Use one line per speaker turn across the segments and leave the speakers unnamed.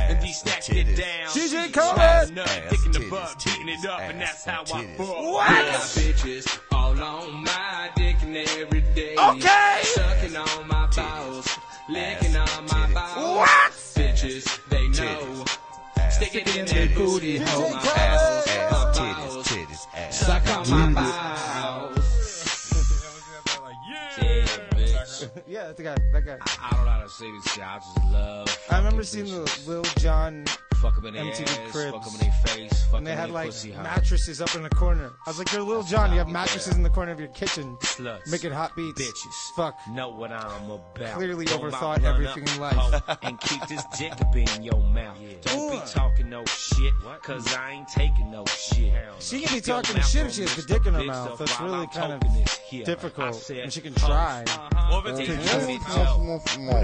ass get
titties.
down.
She just
Ass,
called
ass,
us.
nut,
Ass,
dick in the
titties,
butt, picking it up,
titties,
and that's
ass,
how I
titties.
fuck.
What?
bitches all on my dick and every day.
Okay.
Sucking on my bowels, licking on my
Titties.
bowels.
What?
Bitches, they know.
Titties. Ass,
Stick it in
titties,
their
titties.
booty hole. My
Ass,
bowels,
ass,
my
titties,
bowels.
titties, ass.
Suck on my bowels.
Yeah,
bitch.
yeah, that's the guy. That guy.
I don't know how to say this shit. I just love.
I remember
fucking
seeing
bitches.
the Lil John,
Fuck 'em in their
MTV
ass,
Cribs.
fuck 'em in their face, fuck 'em
and they had
in
like
pussy hole.
mattresses up in the corner. I was like, "You're Lil John. You have mattresses in the corner of your kitchen,
Sluts.
making hot beats."
bitches.
Fuck.
Know what I'm about.
Clearly
Throw my
overthought
blunt
everything
up,
in life.
hoe, and keep this Jacob in your mouth. Don't
Ooh.
be talking no shit, cause I ain't taking no shit.
She can be
Your
talking
mouth
shit if
gonna
she has the
lift
dick in her
bitch
mouth.
up
That's
while
really
I'm
kind of
talking this here. I
Difficult,
said, Uh-huh.
and she can try.
"Fuck
to
it,
just-
give it
What's
up."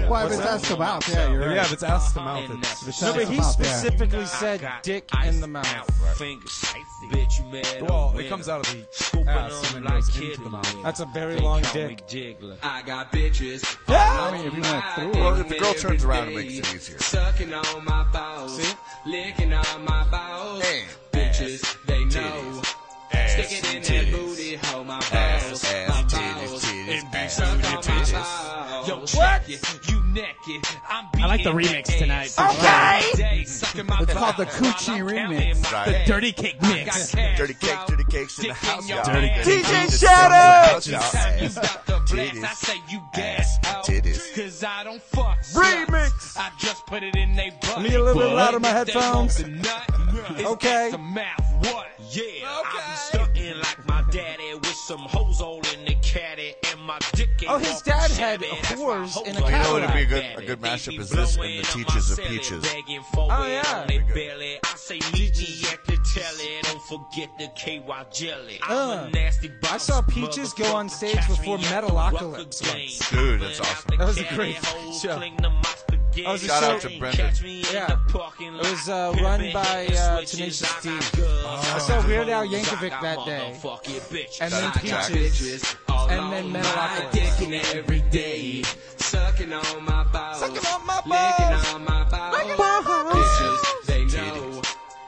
Well, if it's ass to mouth, yeah, you're right.
Yeah, if it's ass to mouth,
And
it's,
that's-
it's
No,
ass
but
to
he
mouth, yeah.
specifically
I
said
got
dick
ice
in the mouth.
out, Fingers, bitch, you mad? at
Well,
a
it comes
winner.
out of the
Scooping
ass and
on
then
like
goes
Kid
into the
Leroy.
mouth.
That's a very
They
long
call me
dick.
Jiggler.
I got bitches.
Yeah.
I mean, if you went through it.
Well, if the girl turns around, it makes it easier.
Sucking on my bowels,
See?
licking on my bowels.
And ass,
Bitches, they know.
titties, ass,
Stick it in that booty,
titties,
hold my
ass,
balls, my
ass, titties,
balls,
titties,
and be
ass,
sucked
titties,
on my
titties.
balls.
Yo, check it, you neck it. I'm
I like the
beating
remix
that
tonight.
ass every day, sucking my
It's called the
balls while I'm
Coochie
counting
remix.
my
The
days.
Dirty cake
I got
mix.
cash,
Dirty cake,
bro.
dirty cakes in the
Dick in
house,
your
y'all.
ass.
DJ
Shadow!
Time you got the blast, I say you gas out.
Titties.
Cause I don't fuck. sluts.
Remix.
I just put it in they butt.
Me a little bit louder, my
If they
headphones.
want the nut, it's
Okay.
at the mouth. What? Yeah. I be stunting like my daddy with some hoes all in the caddy and my dick ain't
Oh, his
walking
dad had
shabby. That's why
whores in a
hoes
You
know what'd be a
like
good- a
that.
good
They
mashup
be
is this and
blowing
the
up my
Teachers of
celly,
Peaches.
begging for
Oh,
it
yeah.
on they belly. I say meet me at the telly. Don't forget the KY jelly. I'm
Uh,
a nasty
I saw
boss,
Peaches go on
motherfucker.
stage
Catch
before
me at the
Metalocalypse
Rucker
once.
game.
Dude, that's awesome.
That was a great show. That was a
Shout out show. to Brendan.
Yeah. It was, uh, run by, uh, Tenacious D. I
Oh.
saw Weird Al Yankovic that day. And then
Shout out to Jack.
Peaches. And then
My
Metalocalypse.
dick in every day, sucking on my balls,
Sucking on my balls.
licking on my balls. Bitches, they know.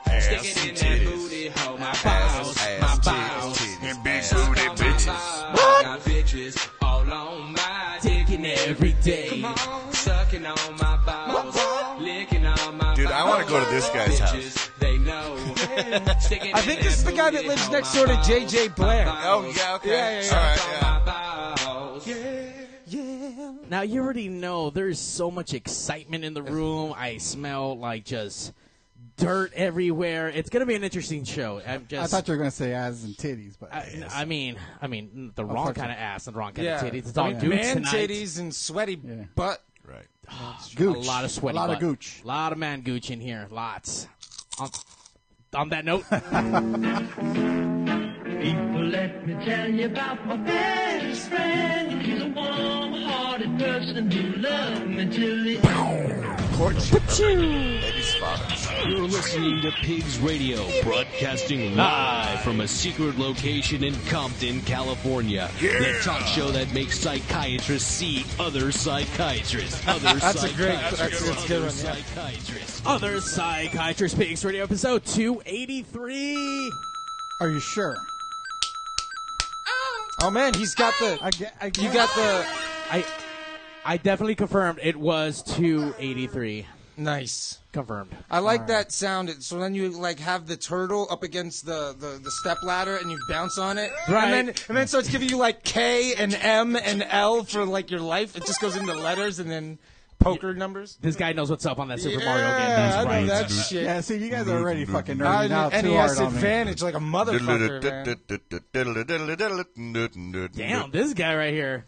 Ass,
Stick it in that
titties,
booty, hold my
ass,
balls, my
ass, titties,
balls.
titties,
Suck
ass,
on my
bitches.
balls. I got bitches all on my dick and every day. Sucking on my balls, licking on my
Dude, I wanna go to this guy's house.
Bitches, They know. Stick it
I
in
think
that
this is the guy that
booty,
lives
hold
next
my
door to
balls,
J.J. Blair.
my
Oh,
balls.
yeah, okay.
Yeah, yeah, yeah.
All right,
Suck
yeah.
on my balls.
Now you already know there's so much excitement in the room. I smell like just dirt everywhere. It's gonna be an interesting show. I'm
I
just.
thought you were going to say ass and titties, but
I, I mean, I mean, the wrong
fuck
kind
you.
of ass and the wrong kind
Yeah.
of titties. It's all
I mean,
dudes
Man
tonight.
titties and sweaty
Yeah.
butt.
Right.
gooch.
A lot of sweaty.
A lot of
butt.
gooch.
A lot of man gooch in here. Lots. On, on that note,
Well, let me tell you about my best friend. He's a warm-hearted person who loves me till the
Courtship. Eddie Spotter.
You're listening to Pigs Radio, broadcasting live from a secret location in Compton, California. The talk show that makes psychiatrists see other psychiatrists. Other
That's a great-
psychiatrists.
that's- that's a good
other
one, yeah.
psychiatrists.
other psychiatrist pigs radio episode 283.
Are you sure?
Oh man, he's got the.
I get, I
you got the.
I, I definitely confirmed it was 283.
Nice.
Confirmed.
I like that sound. It- So then you like have the turtle up against the the, the step ladder and you bounce on it.
Right.
And then and then it starts giving you like K and M and L for like your life. It just goes into letters and then poker numbers.
This guy knows what's up on that Super
yeah,
Mario game.
I
That's
know
right.
that shit.
Yeah, see, you guys are already fucking
I
nerding
know,
out
NES
too hard on me.
advantage like a motherfucker. man.
Damn, this guy right here.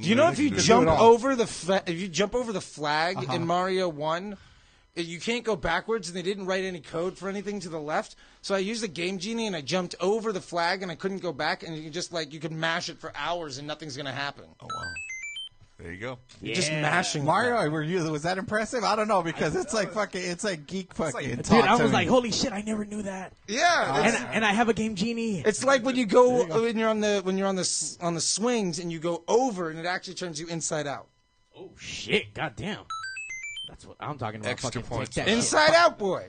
Do you know if you
Do it
jump
all.
over the fa- if you jump over the flag in Mario One, uh, you can't go backwards, and they didn't write any code for anything to the left. So I used the Game Genie and I jumped over the flag, and I couldn't go back. And you could just like you could mash it for hours, and nothing's gonna happen.
There you go.
You're just mashing
Mario, were you? Was that impressive? I don't know because it's like fucking, it's like geek fucking.
Dude,
talk
I
to
was
me.
like, holy shit, I never knew that.
Yeah,
And,
it's,
and I have a Game Genie.
it's like when you go when you're on the when you're on the s- on the swings and you go over, and it actually turns you inside out.
Oh, shit. Goddamn. That's That's what I'm talking about.
Extra
Fucking take
points.
that shit.
Inside Out Boy.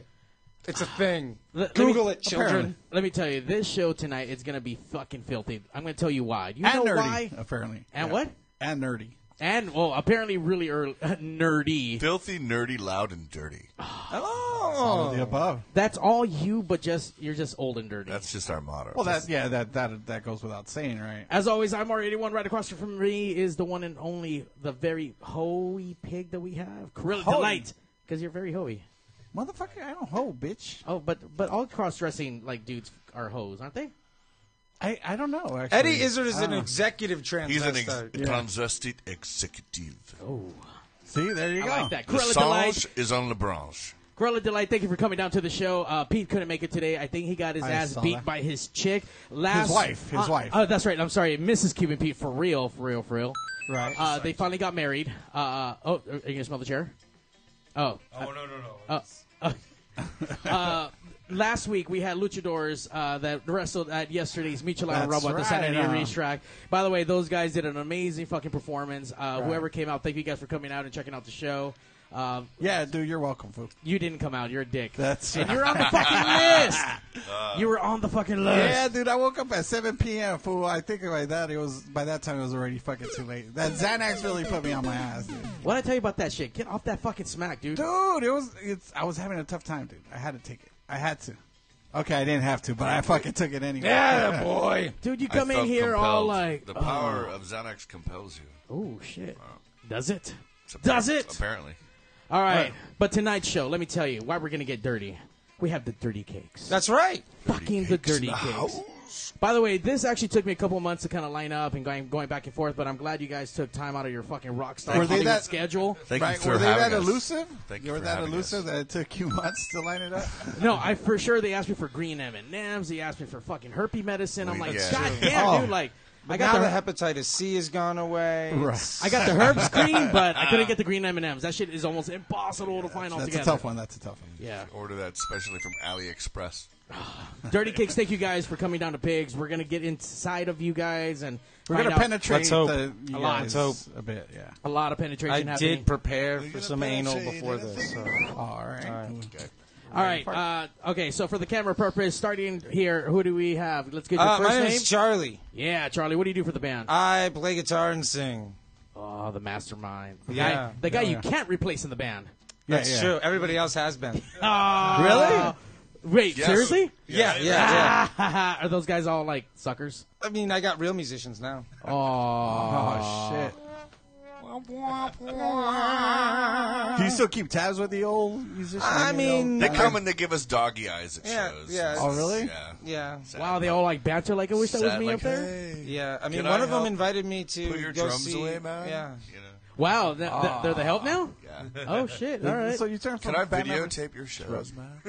It's a thing.
Let- let me-
Google it, children.
apparently. Let me tell you, this show tonight is going to be fucking filthy. I'm going to tell you why. Do you
and
know
nerdy,
why?
apparently.
And
Yeah.
what?
And nerdy.
And well, apparently, really early, nerdy,
filthy, nerdy, loud, and dirty.
All
Oh.
of Oh, the above.
That's all you, but just you're just old and dirty.
That's just our motto.
Well, that yeah, that that that goes without saying, right?
As always, I'm R81. Right across from me is the one and only, the very hoey pig that we have, Gorilla
Hoey.
Delight, because you're very hoey.
Motherfucker, I don't hoe, bitch.
Oh, but but all cross-dressing like dudes are hoes, aren't they?
I, I don't know. Actually. Ah.
Eddie Izzard
I
is an
don't know.
executive transvestite.
He's an ex-
Yeah.
transvestite executive.
See, there you
I
go.
like that. Gorilla Delight.
Assange is on the branch.
Gorilla Delight, thank you for coming down to the show. Uh, Pete couldn't make it today. I think he got his
I
ass
saw
beat
that.
by his chick. Last
wife, his
uh,
wife.
Oh, that's right. I'm sorry, Mrs. Cuban Pete for real, for real, for real.
Right.
Uh, they finally got married. Uh, oh, are you gonna smell the chair? Oh, uh,
Oh no no no.
last week we had luchadors uh, that wrestled at yesterday's Michelin
That's
Rumble at the
right,
Saturday Night
uh.
Reach track. By the way, those guys did an amazing fucking performance. Uh, Whoever came out, thank you guys for coming out and checking out the show. Um,
yeah, dude, you're welcome, folks.
you didn't come out. You're a dick.
That's
and you're on the fucking list. you were on the fucking list.
Yeah, dude, I woke up at 7 p.m. Fool, I think by that it was by that time it was already fucking too late. That Xanax really put me on my ass, dude.
What I tell you about that shit? Get off that fucking smack, dude.
Dude, it was it's. I was having a tough time, dude. I had to take it. I had to. Okay, I didn't have to, but I fucking took it anyway.
Yeah, boy.
Dude, you
I
come in
felt
here all
compelled.
like,
the power of Xanax compels you.
oh shit. Does it?
It's
Does
apparent-
it?
Apparently.
All right. But tonight's show, let me tell you why we're gonna get dirty. We have the dirty cakes.
That's right.
fucking the dirty cakes. By the way, this actually took me a couple months to kind of line up and going going back and forth, but I'm glad you guys took time out of your fucking rock star
Were they
Hollywood
that-
schedule.
Thank you
Right?
for
Were they
having
that
us.
elusive?
Thank
were
for
that
having
elusive
us.
that it took you months to line it up?
No, I for sure they asked me for green M and M's. They asked me for fucking herpy medicine. I'm
We-
like,
yeah.
god damn,
Oh.
dude! Like, I
now
got the
the hepatitis C has gone away.
I got the herb green, but I couldn't get the green M and M's. That shit is almost impossible to find
That's
altogether.
a tough one. That's a tough one.
Yeah.
Order that specially from AliExpress.
Dirty Kicks, thank you guys for coming down to Pigs. We're gonna get inside of you guys and
We're
find
gonna
out
penetrate
Let's hope.
the you
A lot.
guys
Let's
a bit. Yeah.
a lot of penetration.
I
happening.
did prepare for
gonna
some
put
anal
shade
before
in it?
this. So.
All right.
All right. Uh, okay. So for the camera purpose, starting here, who do we have? Let's get your
Uh,
first
my name
name.
is Uh, Charlie.
yeah, Charlie. What do you do for the band?
I play guitar and sing.
oh, the mastermind. The
Yeah.
guy, the guy you can't replace in the band.
Yeah,
That's
yeah.
true. Everybody else has been. Ah.
Oh, really? Wait,
Yes.
seriously?
Yeah, yeah, yeah.
Are those guys all like suckers?
I mean, I got real musicians now.
Oh shit. Do you still keep tabs with the old musicians?
I
you
mean,
know?
They come and they give us doggy eyes at
Yeah,
shows.
yeah.
Oh, really?
Yeah.
Yeah,
Wow, they all like banter. Like I wish that was
Sad,
me
like,
up there.
hey,
yeah. I mean,
Can
one
I
of them
help?
invited me to
Put your
go
drums
see.
away, man.
Yeah,
You know,
Wow, th- th-
Ah.
they're the help now.
yeah.
Oh shit! All right.
So you turn from
Can I
band member-
videotape your shows, man?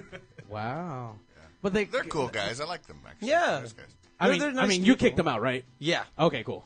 Wow. But they.
They're cool guys. I like them, actually.
Yeah.
Nice guys.
I
They're-
mean,
they're
I
nice
mean, you
people.
kicked them out, right?
yeah.
Okay, cool.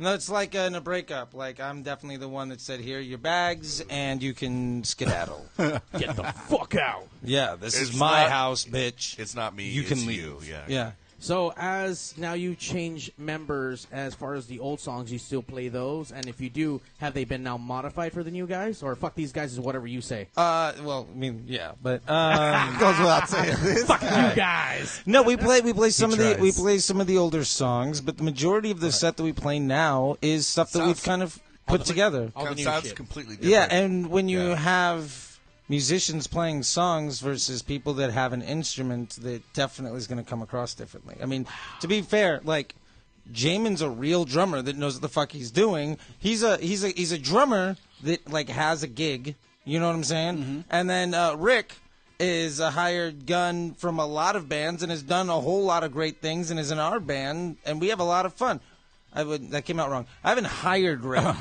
No, it's like uh, in a breakup. Like I'm definitely the one that said, "Here are your bags, and you can skedaddle."
Get the fuck out.
yeah, this
It's
is my
not-
house, bitch.
It's not me.
You
it's
can leave.
You. Yeah.
yeah.
So as now you change members as far as the old songs, you still play those, and if you do, have they been now modified for the new guys, or fuck these guys is whatever you say.
Uh, well, I mean, yeah, but um,
goes without saying. This
You guys.
no, we play we play some of the we
tries.
play some of the older songs, but the majority of the set that we play now is stuff that we've
Sounds-
kind of put together.
All the
Sounds-
new
sounds
shit.
completely different.
Yeah, and when you
Yeah.
have musicians playing songs versus people that have an instrument, that definitely is going to come across differently. I mean, to be fair, like Jamin's a real drummer that knows what the fuck he's doing. He's a he's a he's a drummer that like has a gig. You know what I'm saying?
Mm-hmm.
And then uh, Rick is a hired gun from a lot of bands and has done a whole lot of great things and is in our band and we have a lot of fun. I would that came out wrong. I haven't hired Rick.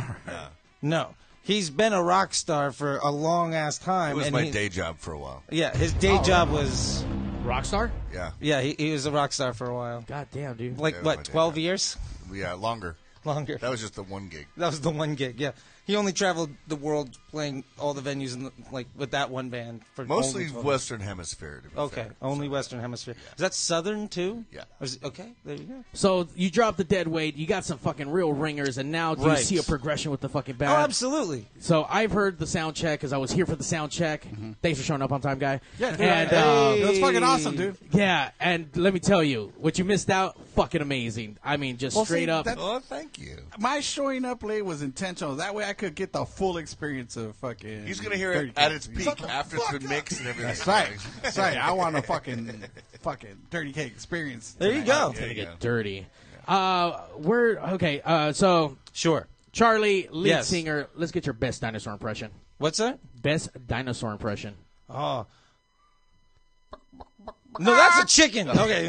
No, he's been a rock star for a long ass time.
It was
and
my
he-
day Oh, job for a while.
Yeah, his day job was.
Rockstar.
Yeah.
Yeah, he, he was a rock star for a while.
God damn, dude.
Like
Yeah, my
what,
day
twelve
job.
years
Yeah. Longer.
longer?
That was just the one gig.
That was the one gig. Yeah, He only traveled the world playing all the venues in the, like with that one band for
Mostly
only 12
Western Hemisphere. To be
Okay,
fair.
only Western Hemisphere. Is that Southern too?
Yeah.
Or is it- okay, there you go.
So you drop the dead weight, you got some fucking real ringers, and now do
Right.
you see a progression with the fucking
Oh,
band?
absolutely.
so I've heard the sound check because I was here for the sound check. Thanks for showing up on time, guy.
Mm-hmm. Yeah, dude,
and
I-
um,
That's fucking awesome, dude.
yeah, and let me tell you, what you missed out, fucking amazing. I mean, just
Well, see,
straight up.
that-
Oh, thank you.
My showing up late was intentional. That way I could get the full experience of fucking.
He's gonna hear
30
it at its
cakes.
peak after it's been mixed and everything.
That's right. That's right. I want a fucking fucking dirty cake experience.
There you go.
There you go.
dirty. Uh, we're okay. Uh, so
Sure.
Charlie, lead
Yes.
singer, let's get your best dinosaur impression.
What's that?
Best dinosaur impression.
Ah.
Oh. No, that's a chicken. Okay.
okay,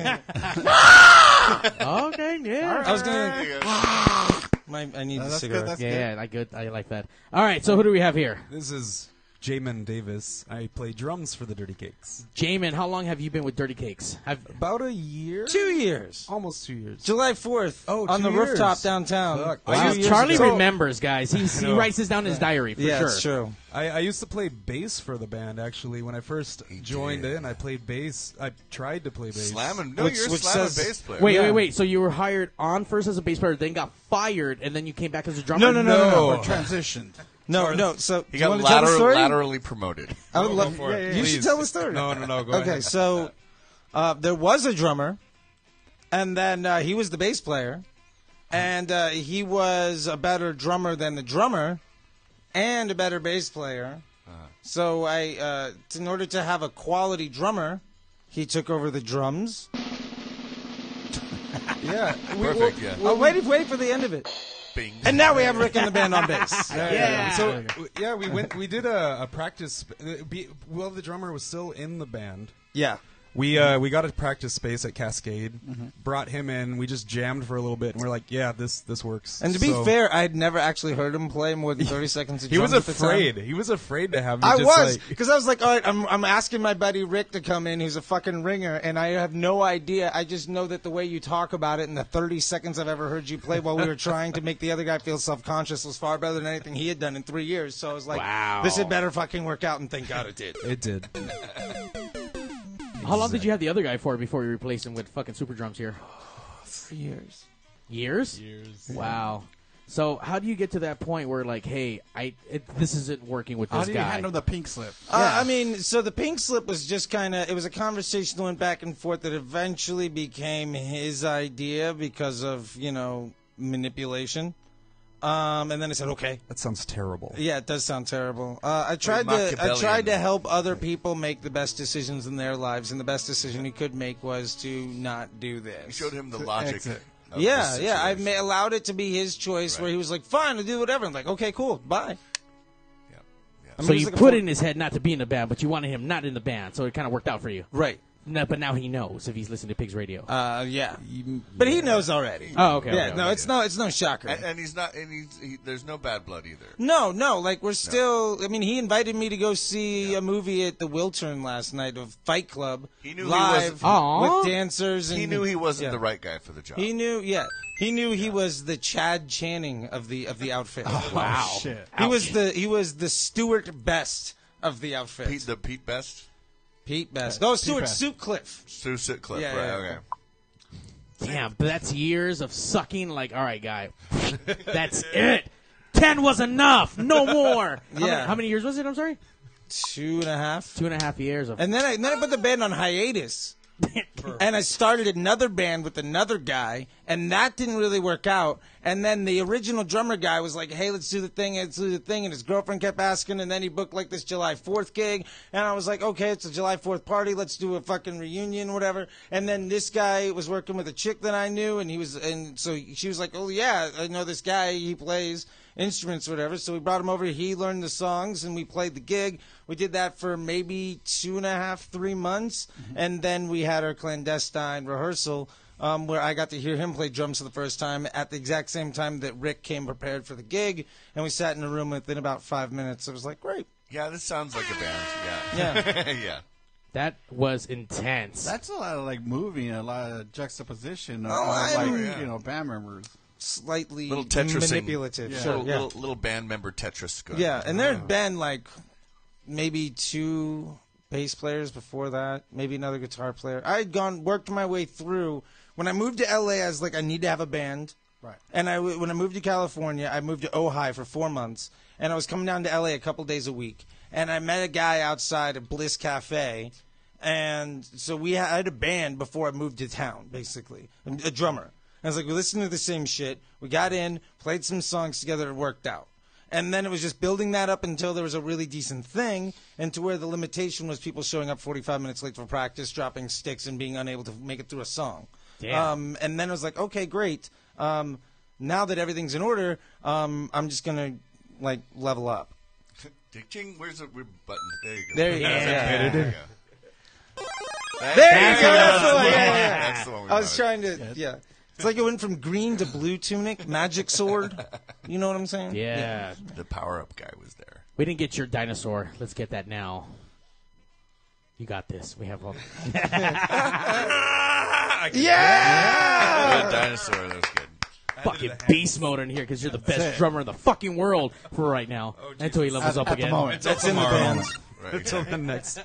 yeah,
I was
There
gonna. "Ah."
you go.
My, I need a
That's
cigarette.
good. That's good.
yeah, yeah, I good. I like that. All right, so who do we have here?
This is Jamin Davis. I play drums for the Dirty Cakes.
Jamin, how long have you been with Dirty Cakes? Have
About a year,
two years.
almost two years.
July fourth.
Oh,
on the
two
rooftop
years.
downtown.
Fuck.
Two
Wow.
years
uh, Charlie
ago.
remembers, guys. He, he
know.
writes this down in his diary for
Yeah,
sure.
it's true.
I, I used to play bass for the band actually. When I first joined
did.
in, I played bass. I tried to play bass.
Slamming. No,
Which-
you're
which
slamming
says-
bass player.
Wait,
Yeah.
wait, wait. So you were hired on first as a bass player, then got fired, and then you came back as a drummer.
No, no, no, no, no.
Or transitioned.
No, no. So
He
you
got
want to tell the
lateral,
story? Uh,
laterally promoted.
I would love.
for it,
you should
please.
tell the story.
No, no, no. Go
okay,
ahead.
so uh, there was a drummer, and then uh, he was the bass player, and uh, he was a better drummer than the drummer, and a better bass player.
Uh-huh.
So I, uh, t- in order to have a quality drummer, he took over the drums.
Yeah.
Perfect. Yeah.
oh, wait, wait for the end of it.
Bing.
And now we have Rick and the band on bass.
Yeah. So w- yeah, we went. We did a, a practice. sp- uh, be- Well, the drummer was still in the band.
yeah.
We uh, we got a practice space at Cascade.
Mm-hmm.
Brought him in. We just jammed for a little bit, and we're like, yeah, this this works.
And to be
So-
fair, I had never actually heard him play more than 30 seconds of
he was
drums at the time.
afraid. He was afraid to have. Me
I
just,
was
like-
because I was like, all right, I'm I'm asking my buddy Rick to come in, who's a fucking ringer, and I have no idea. I just know that the way you talk about it in the 30 seconds I've ever heard you play while we were trying to make the other guy feel self conscious was far better than anything he had done in three years. So I was like,
Wow.
this had better fucking work out, and thank God it did.
it did.
How long did you have the other guy for before you replaced him with fucking super drums here?
Three years.
Years? Years. Wow. So how do you get to that point where like, hey, I it, this isn't working with this
How do you
guy?
handle the pink slip?
Uh, I mean, so the pink slip was just kind of, it was a conversation that went back and forth that eventually became his idea because of, you know, manipulation. Um, and then I said, okay.
That sounds terrible.
Yeah, it does sound terrible. Uh, I tried
Machiavellian.
to I tried to help other people make the best decisions in their lives, and the best decision he could make was to not do this.
You showed him the logic.
exit.
of
yeah,
the
yeah. I
situation.
ma- allowed it to be his choice, where
Right.
he was like, "Fine, I'll do whatever." I'm like, "Okay, cool, bye."
Yeah.
I mean,
so
it was
you
like a
put
full-
it in his head not to be in the band, but you wanted him not in the band, so it kind of worked out for you.
right.
No, but now he knows if he's listening to Pigs Radio.
Uh, yeah, but he knows already.
oh, okay.
yeah,
okay,
no,
okay.
it's no, it's no shocker.
And, and he's not. And he's, he, there's no bad blood either.
Uh, No, no, like we're still. I mean, he invited me to go see a movie at the Wiltern last night of Fight Club.
He knew he
live
wasn't-
Aw.
with dancers, and
He knew he wasn't
yeah.
the right guy for the job.
He knew, yeah, Oh, he knew he was the Chad Channing of the of the outfit.
wow.
shit.
He was the he was the Stuart Best of the outfit.
Pete, the Pete Best,
Pete Best. No, Stuart
Best.
Sutcliffe.
Sue Sutcliffe.
Yeah,
right.
yeah,
okay.
Damn, but that's years of sucking. Like, all right, guy, that's it. Ten was enough. No more. How many-
Yeah.
how many years was it? I'm sorry.
Two and a half.
Two and a half years of.
And then I and then I put the band on hiatus. and I started another band with another guy, and that didn't really work out. And then the original drummer guy was like, "Hey, let's do the thing, let's do the thing," and his girlfriend kept asking, and then he booked like this July Fourth gig, and I was like, "Okay, it's a July Fourth party, let's do a fucking reunion, whatever." And then this guy was working with a chick that I knew, and he was, and so she was like, "Oh yeah, I know this guy, he plays." instruments or whatever. So we brought him over. He learned the songs and we played the gig. We did that for maybe two and a half, three months. And then we had our clandestine rehearsal um, where I got to hear him play drums for the first time at the exact same time that Rick came prepared for the gig. And we sat in a room within about five minutes. It was like, great.
Yeah, this sounds like a band.
Yeah.
Yeah. yeah.
that was intense.
That's a lot of like moving, a lot of juxtaposition of,
Oh,
of,
I
like
don't-
you know band members.
slightly
Little Tetrising.
manipulative.
Yeah.
Sure,
little,
yeah.
little, little band member Tetris. Guy.
Yeah, and there had been like maybe two bass players before that, maybe another guitar player. I had gone worked my way through. When I moved to LA, I was like, I need to have a band.
Right.
And I w- when I moved to California, I moved to Ojai for four months, and I was coming down to LA a couple days a week, and I met a guy outside at Bliss Cafe. And so we had, I had a band before I moved to town, basically, a, a drummer. And I was like, we listened to the same shit. We got in, played some songs together, it worked out. And then it was just building that up until there was a really decent thing, and to where the limitation was people showing up 45 minutes late for practice, dropping sticks, and being unable to make it through a song. Um, and then it was like, okay, great. Um, now that everything's in order, um, I'm just gonna like level up.
Ding, ding, where's the weird button? There you go.
There you go.
There
Yeah.
you go.
There you go. That's the one. Oh, Yeah, yeah, yeah.
That's the one we
I was
wanted.
trying to. Yeah. It's like it went from green to blue tunic, magic sword. You know what I'm saying?
Yeah.
The power up guy was there.
We didn't get your dinosaur. Let's get that now. You got this. We have one.
Good dinosaur. That was good.
fucking beast mode in here because you're the best drummer in the fucking world for right now until he levels up
at
again.
the moment.
That's in Oh, the band.
Right.
Until the next.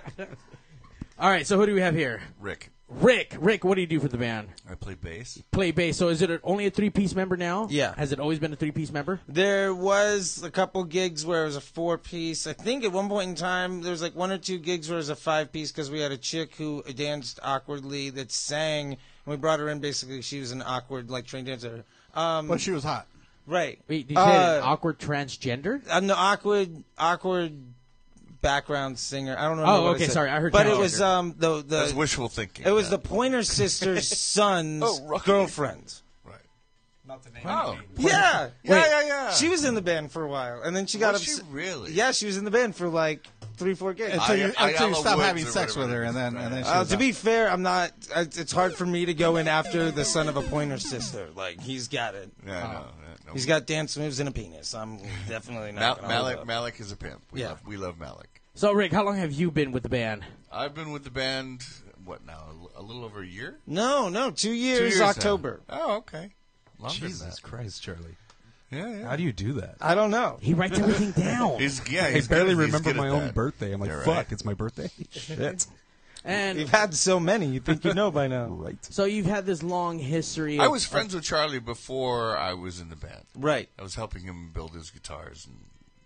All right, so who do we have here?
Rick,
Rick. Rick, what do you do for the band?
I play bass.
Play bass. So is it only a three piece member now?
Yeah.
Has it always been a three piece member?
There was a couple gigs where it was a four piece. I think at one point in time there was like one or two gigs where it was a five piece because we had a chick who danced awkwardly that sang, and we brought her in. Basically, she was an awkward like trained dancer. Um,
But she was hot.
right.
Wait, did you say
Uh,
an awkward transgender?
I'm the awkward, awkward background singer. I don't know.
Oh,
what I
okay,
said.
sorry, I heard
But
Chad
it was
Walker.
um the the
That's wishful thinking.
it was
Yeah.
the Pointer Sisters' son's girlfriend.
right.
Not the name.
Oh,
Yeah, yeah,
Wait.
yeah, yeah. She was in the band for a while, and then she got
Was she
upset.
really?
Yeah, she was in the band for like three, four gigs.
Until you,
I-
until you
Ayala
stop
Woods
having
or
sex
whatever
with her,
it is.
and then and then she
Uh,
was
to
out.
be fair, I'm not. I- It's hard for me to go in after the son of a Pointer Sister. Like he's got it.
Yeah, no, yeah, no.
Oh. He's got dance moves and a penis. I'm definitely
Mal-
not. gonna hold
Malik.
up.
Malik is a pimp. We
Yeah.
love. We love Malik.
So, Rick, how long have you been with the band?
I've been with the band. What now? A l- A little over a year.
No, no, two years,
Two years now.
October.
Oh, okay. Longer than
Jesus
that.
Christ, Charlie.
Yeah, yeah.
How do you do that?
I don't know.
He writes everything down.
He's yeah.
I
he's
barely
good, he's
remember
good at
my own
that.
birthday. I'm like,
Yeah, right.
fuck, it's my birthday. Shit.
And
You've had so many, you think you know by now.
right.
so you've had this long history. Of,
I was friends with Charlie before I was in the band.
Right.
I was helping him build his guitars and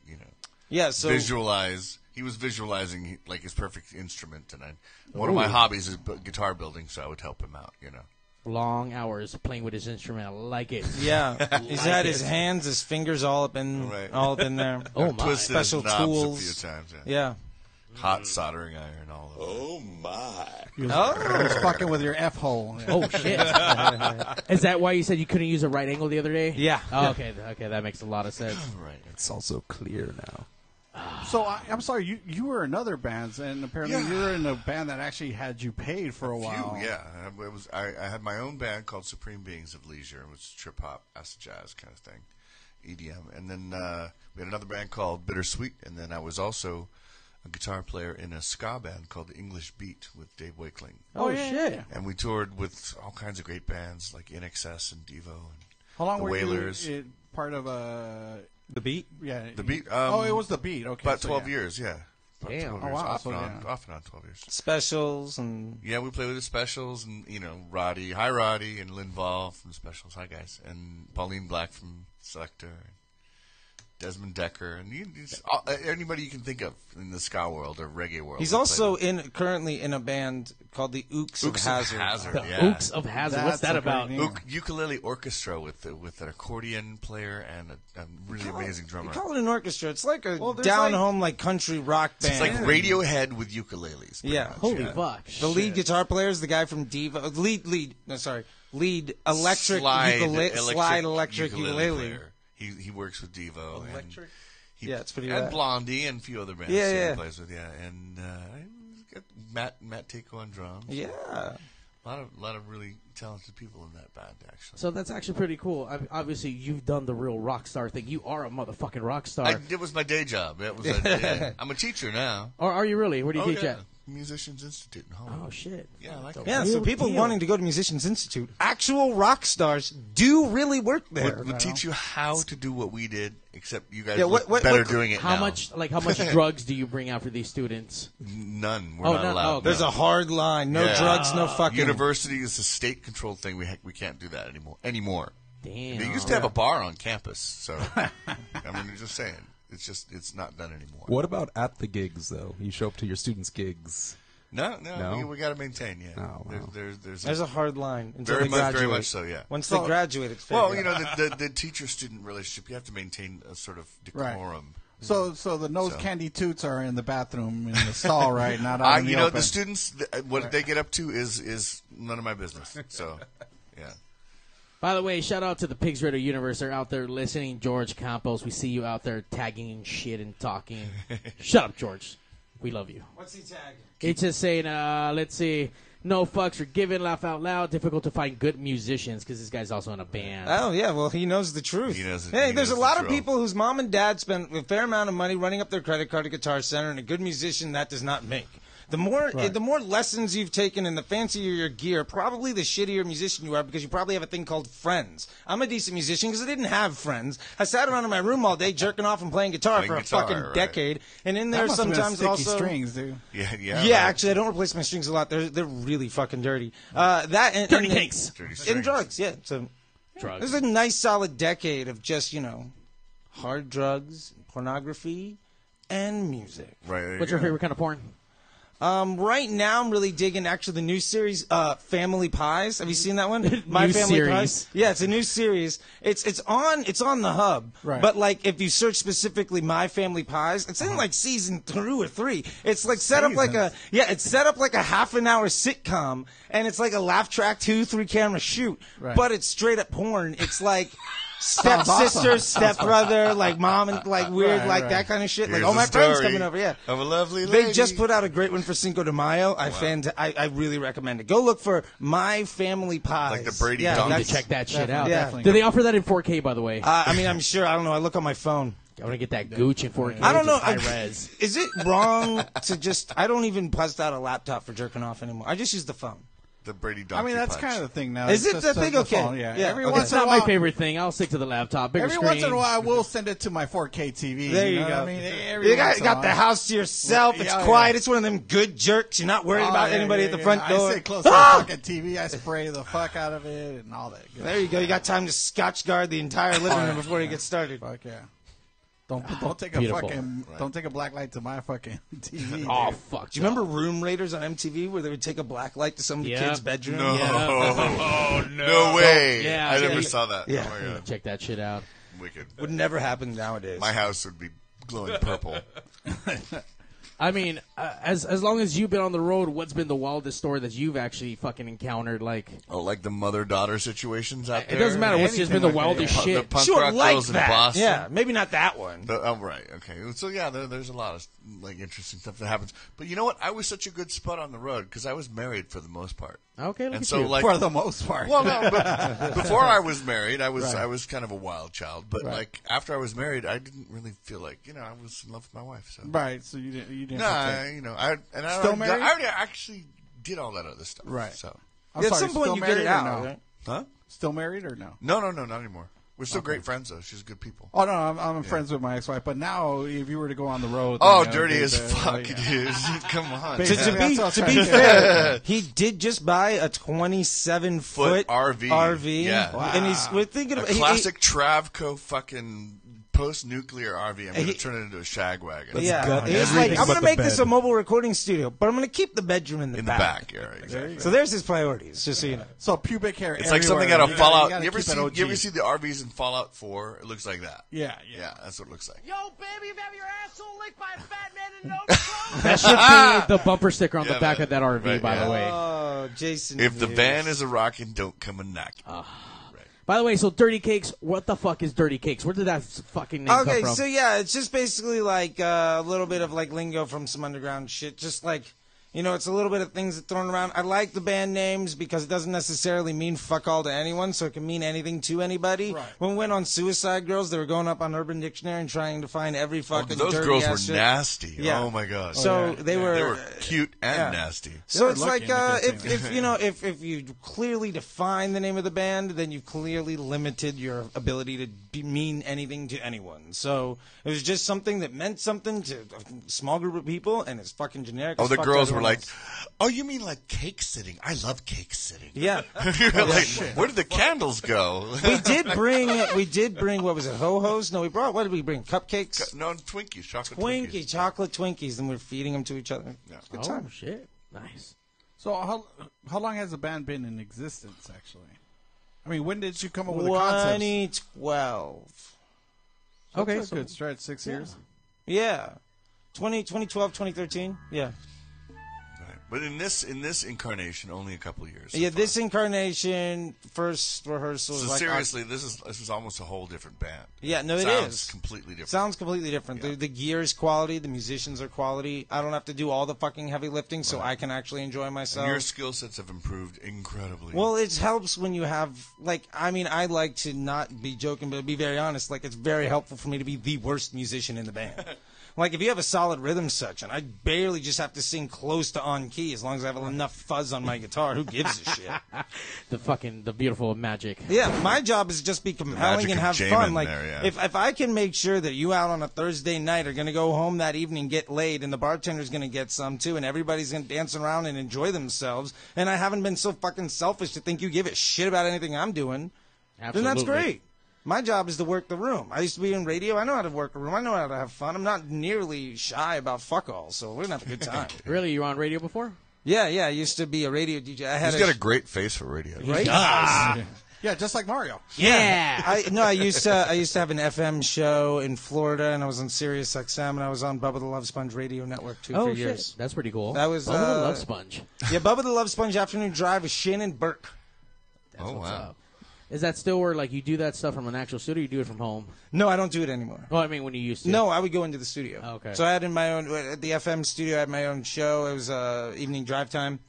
you know
Yeah, so
visualize. He was visualizing like his perfect instrument, and I, one of my hobbies is bu- guitar building, so I would help him out. You know.
long hours playing with his instrument. I like it.
yeah, he's had his hands, his fingers all up in
Right.
all up in there.
Oh my.
Twisted
Special
his knobs
tools.
a few times. Yeah.
Yeah.
Hot soldering iron, all of that.
Oh,
It's fucking with your f hole.
Oh shit! Is that why you said you couldn't use a right angle the other day?
Yeah.
Oh, okay. Okay, that makes a lot of sense.
Right.
It's also clear now.
So I, I'm sorry, you you were in other bands, and apparently you were in a band that actually had you paid for a, while.
Few, yeah. I, it was, I, I had my own band called Supreme Beings of Leisure, which is trip hop, acid jazz kind of thing, EDM. And then uh, we had another band called Bittersweet, and then I was also a guitar player in a ska band called English Beat with Dave Wakeling.
Oh, shit!
And we toured with all kinds of great bands like INXS and Devo and
How long
the
were
Wailers.
you it, part of a?
The beat?
Yeah.
the beat. Um,
oh, it was the beat. Okay.
about
so
twelve
oh, yeah.
years. Yeah. About
Damn.
12
Oh,
years,
wow.
Off,
So,
and on,
yeah.
off and on, twelve years.
specials and
Yeah, we play with the specials and you know, Roddy, hi Roddy and Lynn Vol from Specials, hi guys. And Pauline Black from Selector and Desmond Decker and you, you just, all- uh, anybody you can think of in the ska world or reggae world.
he's
we
also
played
in currently in a band called the Ooks,
with.
of
Ooks
Hazard.
Hazard,
The
yeah.
Ooks of Hazard.
That's
What's that
a great
about?
name.
Ook- ukulele orchestra with uh, with an accordion player and a, a really amazing
They
drummer.
call it an orchestra. It's like a
Well, there's
down
like-
home like country rock band.
It's like Radiohead with ukuleles. pretty
Yeah.
much,
Holy
yeah.
fuck!
the lead guitar player is the guy from Devo. Lead lead. No, sorry. Lead electric
slide
ukule- slide electric ukulele.
player. He he works with Devo. Electric. He,
Yeah, it's pretty
And
rad.
Blondie and a few other bands.
Yeah,
that
yeah.
He plays with yeah, and uh, he's got Matt Matt Tico on drums.
Yeah.
A lot of lot of really talented people in that band actually.
So that's actually pretty cool. I, obviously, you've done the real rock star thing. You are a motherfucking rock star,
I, it was my day job. It was. A, yeah. I'm a teacher now.
or are you really? Where do you
Oh,
teach
yeah.
at?
Musicians Institute in Hollywood.
Oh shit.
Yeah, I like it.
Yeah, so people
deal.
wanting to go to Musicians Institute, actual rock stars do really work there.
Would, would teach you how to do what we did, except you guys
Yeah,
yeah,
what- what-
better
what-
doing it
How
now.
much like how much drugs do you bring out for these students?
None. We're
Oh,
not
none.
allowed.
Oh,
There's
no.
a hard line. No
Yeah. Uh,
drugs, no fucking.
University is a state-controlled thing. We ha- we can't do that anymore. Anymore.
Damn.
They used to have a bar on campus, so I mean, I'm just saying, it's just it's not done anymore.
What about at the gigs though? You show up to your students' gigs.
No, no,
No?
we, we got to maintain. Yeah,
Oh, wow.
there's, there's there's
There's a hard line. Until
very
they
much,
graduate.
very much so. Yeah.
Once they graduate, it's fair
Well, you
game.
know, the, the, the teacher-student relationship, you have to maintain a sort of
Right.
decorum.
So, so the nose
So.
candy toots are in the bathroom in the stall, right? Not out
I,
in the
you know,
open.
the students, th- what they get up to is is none of my business. So, yeah.
By the way, shout out to the Pigs Radio Universe. They're out there listening. George Campos, we see you out there tagging and shit and talking. Shut up, George. We love you.
What's he tag?
It's just saying, uh, let's see, no fucks are given, laugh out loud. Difficult to find good musicians because this guy's also in a band.
Oh yeah, well he knows the truth.
He knows-
hey,
he
there's
knows
a lot
the
of
drill.
people whose mom and dad spent a fair amount of money running up their credit card at Guitar Center, and a good musician that does not make. The more the more lessons you've taken and the fancier your gear, probably the shittier musician you are because you probably have a thing called friends. I'm a decent musician because I didn't have friends. I sat around in my room all day jerking off and playing guitar
Playing
for
guitar,
a fucking
right.
decade, and in
That
there
must have been
sometimes
sticky
also
strings, dude.
Yeah, yeah.
yeah,
right.
actually, I don't replace my strings a lot. They're they're really fucking dirty. Uh, that and,
Dirty
and the-
cakes.
Dirty
and
strings.
drugs. Yeah, so
Drugs.
This is a nice solid decade of just you know, hard drugs, pornography, and music.
Right. there
What's
you
your
go.
favorite kind of porn?
Um, right now I'm really digging actually the new series, uh, Family Pies. Have you seen that one?
New series.
Yeah, it's a new series. It's it's on it's on the hub.
Right. Uh-huh.
But like if you search specifically My Family Pies, it's in like season two or three. It's like set up like a yeah, it's set up like a half an hour sitcom, and it's like a laugh track, two three camera shoot.
Right.
But it's straight up porn. It's like. Step sister, step brother, like mom and like weird,
Right,
like
right.
that kind of shit.
Here's
like all
the
my friends
story
coming over, yeah.
Of a lovely lady.
They just put out a great one for Cinco de Mayo. I fant- I, I really recommend it. Go look for My Family Pies.
Like the Brady
yeah,
Bunch.
Need
that's-
to check that shit out.
Yeah.
Definitely.
Do they offer that in 4K? By the way,
Uh, I mean, I'm sure. I don't know. I look on my phone.
I want to get that Gooch in 4K.
I don't know.
just High res.
Is it wrong to just? I don't even bust out a laptop for jerking off anymore. I just use the phone.
the Brady
I
Donkey
mean, that's
Punch.
kind of the thing now.
Is
It's
it
just
the
on
thing? Okay.
phone, Yeah.
Yeah,
Every
okay.
once
It's
in a
not
while,
my favorite thing. I'll stick to the laptop. Bigger
Every
screen.
once in a while, I will send it to my 4K TV.
There you
know what
go.
I mean, every
You got,
once in a
got the
while.
house to yourself. It's
Yeah, yeah.
quiet. It's one of them good jerks. You're not worried
Oh,
about
yeah,
anybody
yeah,
at the
yeah.
front door.
I sit close to the
Ah!
fucking TV. I spray the fuck out of it and all that. Good
There you go. You got time to scotch guard the entire living room before you get started.
Fuck yeah. Don't
Ah,
don't take a
Ah, Beautiful.
fucking don't take a black light to my fucking TV.
Oh
dude.
fuck!
Do you remember Room Raiders on MTV where they would take a black light to some of the
Yeah.
kids' bedroom?
No.
Yeah.
No way.
Oh, Yeah,
I
yeah,
never
yeah.
saw that.
Yeah.
Oh, my God.
Check that shit out.
Wicked.
Would never happen nowadays.
My house would be glowing purple.
I mean, uh, as as long as you've been on the road, what's been the wildest story that you've actually fucking encountered? Like,
oh, like the mother-daughter situations out there?
it doesn't matter. What's just been the
anything like that.
wildest
Pu- The
shit?
punk
sure,
rock
like
girls
that.
in Boston.
Yeah, maybe not that one.
The, oh, right. Okay. So yeah, there, there's a lot of like interesting stuff that happens. But you know what? I was such a good spud on the road because I was married for the most part.
Okay, look
And
at
so
you.
like
for the most part.
Well, no, but before I was married, I was I was kind of a wild child. But like after I was married, I didn't really feel like you know I was in love with my wife. So
right. So you didn't. You didn't.
no,
partake.
I, you know, I and I
Still
already,
married?
I already actually did all that other stuff.
Right.
So
I'm
At
sorry,
some point,
still
you get
married
it
or
out.
no?
right?
huh?
Still married or no?
No, no, no, not anymore. We're still great friends though. She's good people.
Oh no, I'm, I'm friends with my ex-wife. But now, if you were to go on the road,
Oh,
then, you know,
dirty
dude,
as
uh,
fuck,
yeah.
dude. Come on.
To,
Yeah,
to
that's
be,
what I was
to
trying
be
to say.
fair, he did just buy a 27 foot,
Foot RV.
RV.
Yeah.
And he's we're thinking
A
about he- he-
classic Travco fucking post nuclear RV. I'm gonna
He-
turn it into a shag wagon.
yeah,
gut
he's
everything
like, I'm
but
going to
the
make this
bed.
a mobile recording studio, but I'm going to keep the bedroom in the
In the
back.
back, yeah, right, exactly.
So there's his priorities, just so you know.
So pubic hair.
It's like something out of Fallout. You, ever see? You ever
give
see the RVs in Fallout Four? It looks like that.
Yeah,
yeah,
yeah.
that's what it looks like.
Yo, baby, you have your asshole licked by a fat man in no clothes.
that should be the bumper sticker on
Yeah,
the back
man.
of that RV.
Right,
by
yeah.
the way.
Oh, Jason.
If the
Voorhees.
van is a rockin', don't come and knock.
By the way, so Dirty Cakes, what the fuck is Dirty Cakes? Where did that s- fucking name come
Okay,
from?
so yeah, it's just basically like uh, a little bit of like lingo from some underground shit, just like You know, it's a little bit of things that thrown around. I like the band names because it doesn't necessarily mean fuck all to anyone, so it can mean anything to anybody. When we went on Suicide Girls, they were going up on Urban Dictionary and trying to find every fucking.
Oh, Those
dirty
girls
ass
were
shit.
nasty.
Yeah.
Oh my god.
So they were.
They were cute and
yeah.
nasty.
So
were
it's
lucky
like
in
uh,
the good
if, if you know if, if you clearly define the name of the band, then you've clearly limited your ability to be, mean anything to anyone. So it was just something that meant something to a small group of people, and it's fucking generic.
Oh,
as
the
fuck to
girls
everyone
were like,
else.
"Oh, you mean like cake sitting? I love cake sitting."
yeah.
You're like, where did the candles go?
we did bring we did bring what was it ho hos? No, we brought what did we bring? Cupcakes,
no Twinkies, chocolate
Twinkie,
Twinkies.
chocolate Twinkies, and we're feeding them to each other. It's a Good
Oh
time.
shit! Nice.
So how how long has the band been in existence? Actually, I mean, when did you come up with the concept?
2012.
Okay,
Okay,
that's a
so
good stretch. Six years.
Yeah. 20, 2012, 2013. Yeah.
Right. But in this in this incarnation, only a couple of years.
yeah, this incarnation, first rehearsal.
So
is like uh,
seriously, this is this is almost a whole different band.
Yeah, no, it
Sounds
is.
completely different.
Sounds completely different. The, the gear is quality. The musicians are quality. I don't have to do all the fucking heavy lifting, so I can actually enjoy myself.
And your skill sets have improved incredibly.
Well, it helps when you have like I mean I like to not be joking but be very honest. Like it's very helpful for me to be the worst musician in the band. like if you have a solid rhythm section, I barely just have to sing close to on key as long as I have enough fuzz on my guitar. Who gives a shit?
the fucking the beautiful magic.
Yeah, my job is just be compelling
magic
and
of
have
jamming
fun. Like
there, yeah.
if if I can make sure that you out on a Thursday night are going to go home that evening, get laid, and the bartender's going to get some too, and everybody's going to dance around and enjoy themselves, and I haven't been so fucking selfish to think you give a shit about anything I'm doing,
Absolutely.
then that's great. My job is to work the room. I used to be in radio. I know how to work a room. I know how to have fun. I'm not nearly shy about fuck all, so we're gonna have a good time.
Really, you were on radio before?
yeah, yeah. I used to be a radio DJ. I had
He's
a
got a great face for radio.
right?
Yeah, just like Mario.
Yeah.
I no, I used to I used to have an FM show in Florida, and I was on Sirius XM, and I was on Bubba the Love Sponge Radio Network too
oh
for
shit,
years.
that's pretty cool.
That was,
Bubba the
uh,
Love Sponge.
Yeah, Bubba the Love Sponge Afternoon Drive with Shannon Burke.
oh wow.
up. Is that still where like you do that stuff from an actual studio? Or you do it from home?
No, I don't do it anymore.
Well, I mean when you used to.
No, I would go into the studio.
Okay.
So I had in my own at the FM studio. I had my own show. It was uh, evening drive time,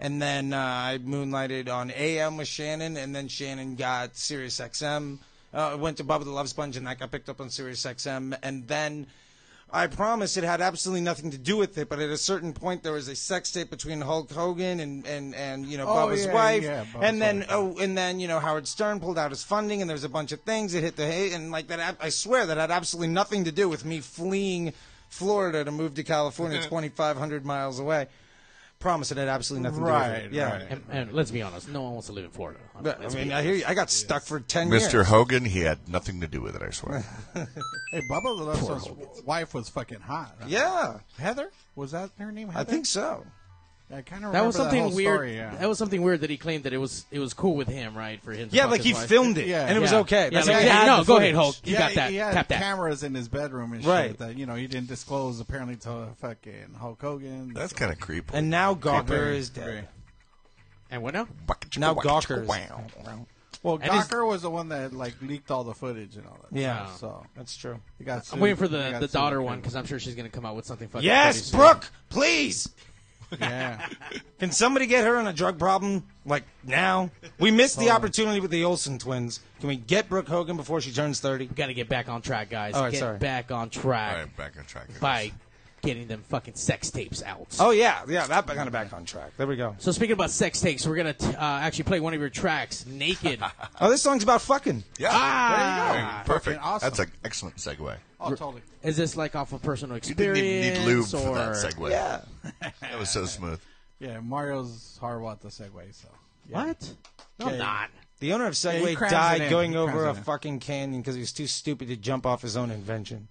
and then uh, I moonlighted on AM with Shannon, and then Shannon got Sirius XM. Uh, went to Bubba the Love Sponge, and that got picked up on Sirius XM, and then. I promise it had absolutely nothing to do with it, but at a certain point there was a sex tape between Hulk Hogan and and and you know
Oh,
Bubba's
yeah,
wife,
yeah, Bubba's
and then
wife.
oh, and then you know Howard Stern pulled out his funding, and there was a bunch of things that hit the hay, and like that. I swear that had absolutely nothing to do with me fleeing Florida to move to California, twenty five hundred miles away. Promise it had absolutely nothing to do with
Right,
it. Yeah.
right.
And, and let's be honest, no one wants to live in Florida.
But, I
Let's
mean,
be
I hear you. I got stuck for ten years.
Mr. Hogan, he had nothing to do with it. I swear.
Hey, Bubba the Love Sponge's wife was fucking hot. right?
Yeah,
Heather was that her name?
I
Heather?
think so.
I kind of
that was something
whole
weird.
Story, yeah.
That was something weird that he claimed that it was it was cool with him, right? For him. To
Yeah,
fuck
like
his
he
wife.
filmed it,
Yeah.
and it was
Yeah.
okay.
Yeah,
That's
like,
how he
yeah,
had
no,
the
go
footage.
ahead, Hulk. You
yeah,
got that.
He had
Tap that.
cameras in his bedroom and
Right.
shit that you know he didn't disclose apparently to fucking Hulk Hogan.
That's kind of creepy.
And now Gawker is dead.
And what now?
Now Gawker. is-
Well,
And his-
Gawker was the one that like leaked all the footage and all that.
Yeah.
stuff, so
That's true.
he got.
I'm
sued.
waiting for
He
the,
got
the
sued.
daughter one because I'm sure she's gonna come out with something fucking. pretty
Yes,
soon.
Brooke, please.
Yeah.
Can somebody get her on a drug problem? Like now? We missed the opportunity with the Olsen twins. Can we get Brooke Hogan before she turns 30?
We gotta get back on track, guys.
All right,
get
sorry.
back on
All
track
right, back on track. here.
by getting them fucking sex tapes out.
Oh, yeah. Yeah, that got her back on track. There we go.
So speaking about sex tapes, we're gonna t- uh, actually play one of your tracks, "Naked."
Oh, this song's about fucking.
Yeah.
Ah!
There you go. Perfect.
Fucking awesome.
That's an excellent segue.
Oh, totally.
Is this like off of personal
You
experience?
didn't even need lube
or...
for that segue.
Yeah.
That was so smooth.
Yeah, Mario's Harwat the segue. So
What? No, I'm
Yeah.
not.
The owner of
Yeah, he
Segway
crams it
died
in.
going
He
over a
crams it in.
fucking canyon because he was too stupid to jump off his own invention.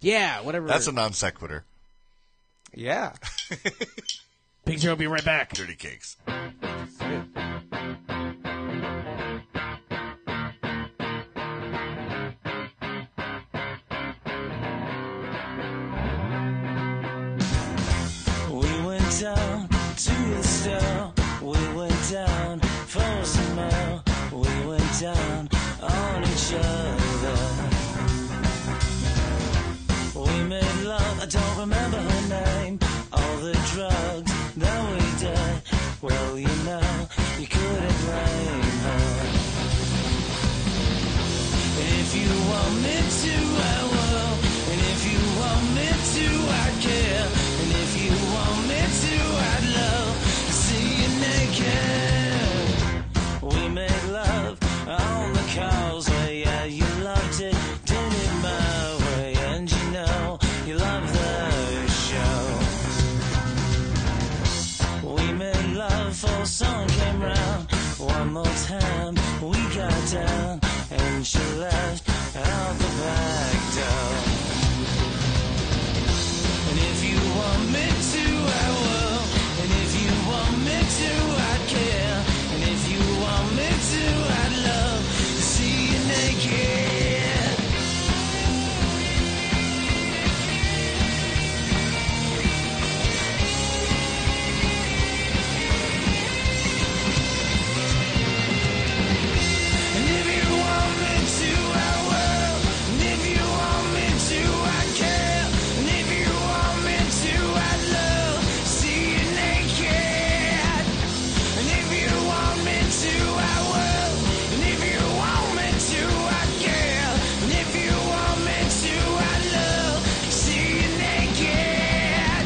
Yeah, whatever.
That's a non sequitur.
Yeah.
Big Joe will be right back.
Dirty cakes.
We went down to the store. We went down for some more. We went down on each other. We made love. I don't remember her name. All the drugs that we did. Well, you know, you couldn't blame her. And if you want me to, I will. And if you want me to, I care. And if you want me to, I'd love to see you naked. We made love on the causeway. Yeah, you loved it, did it my way, and you know you love the show. We made love for song came round one more time. We got down and she left out the back door. And if you want me to, I will. And if you want me to, I care. And if you want me to, I'd love to see you naked. And if you want me to, I will. And if you want me to, I care. And if you want me to, I'd love to see you naked. And if you want me to, I will. And if you want me to, I care. And if you want me to, I'd love to see you naked.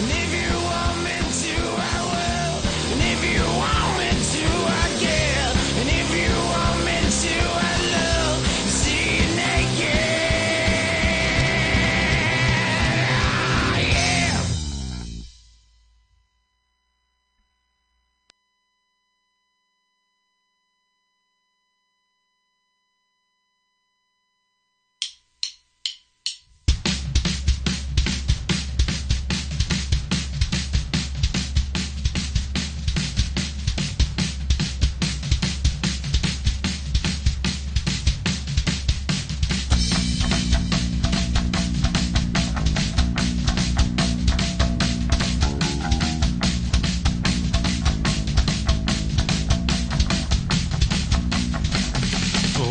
And if you want me to, I will. And if you want me to, I care. And if you want me to, I love to see you naked. Yeah.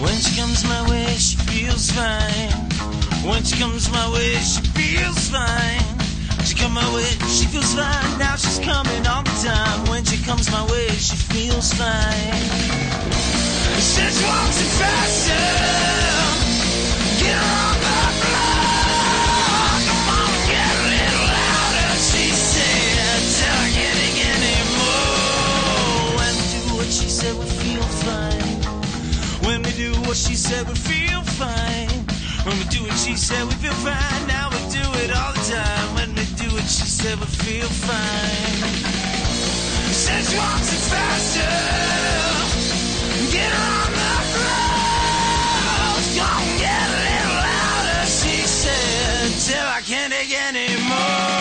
When she comes my way, she feels fine. When she comes my way, she feels fine. She come my way, she feels fine. Now she's coming all the time. When she comes my way, she feels fine. She just walks it faster. Get her on the floor. Come on, get a little louder. She said, "Till I can't take anymore." When we do what she said, we feel fine. When we do what she said, we feel fine. When we do what she said, we feel fine. Now we do it all the time. When we do what she said, we feel fine. She just walks it faster. Get her on the floor. Gonna get a little louder, she said, till I can't take anymore.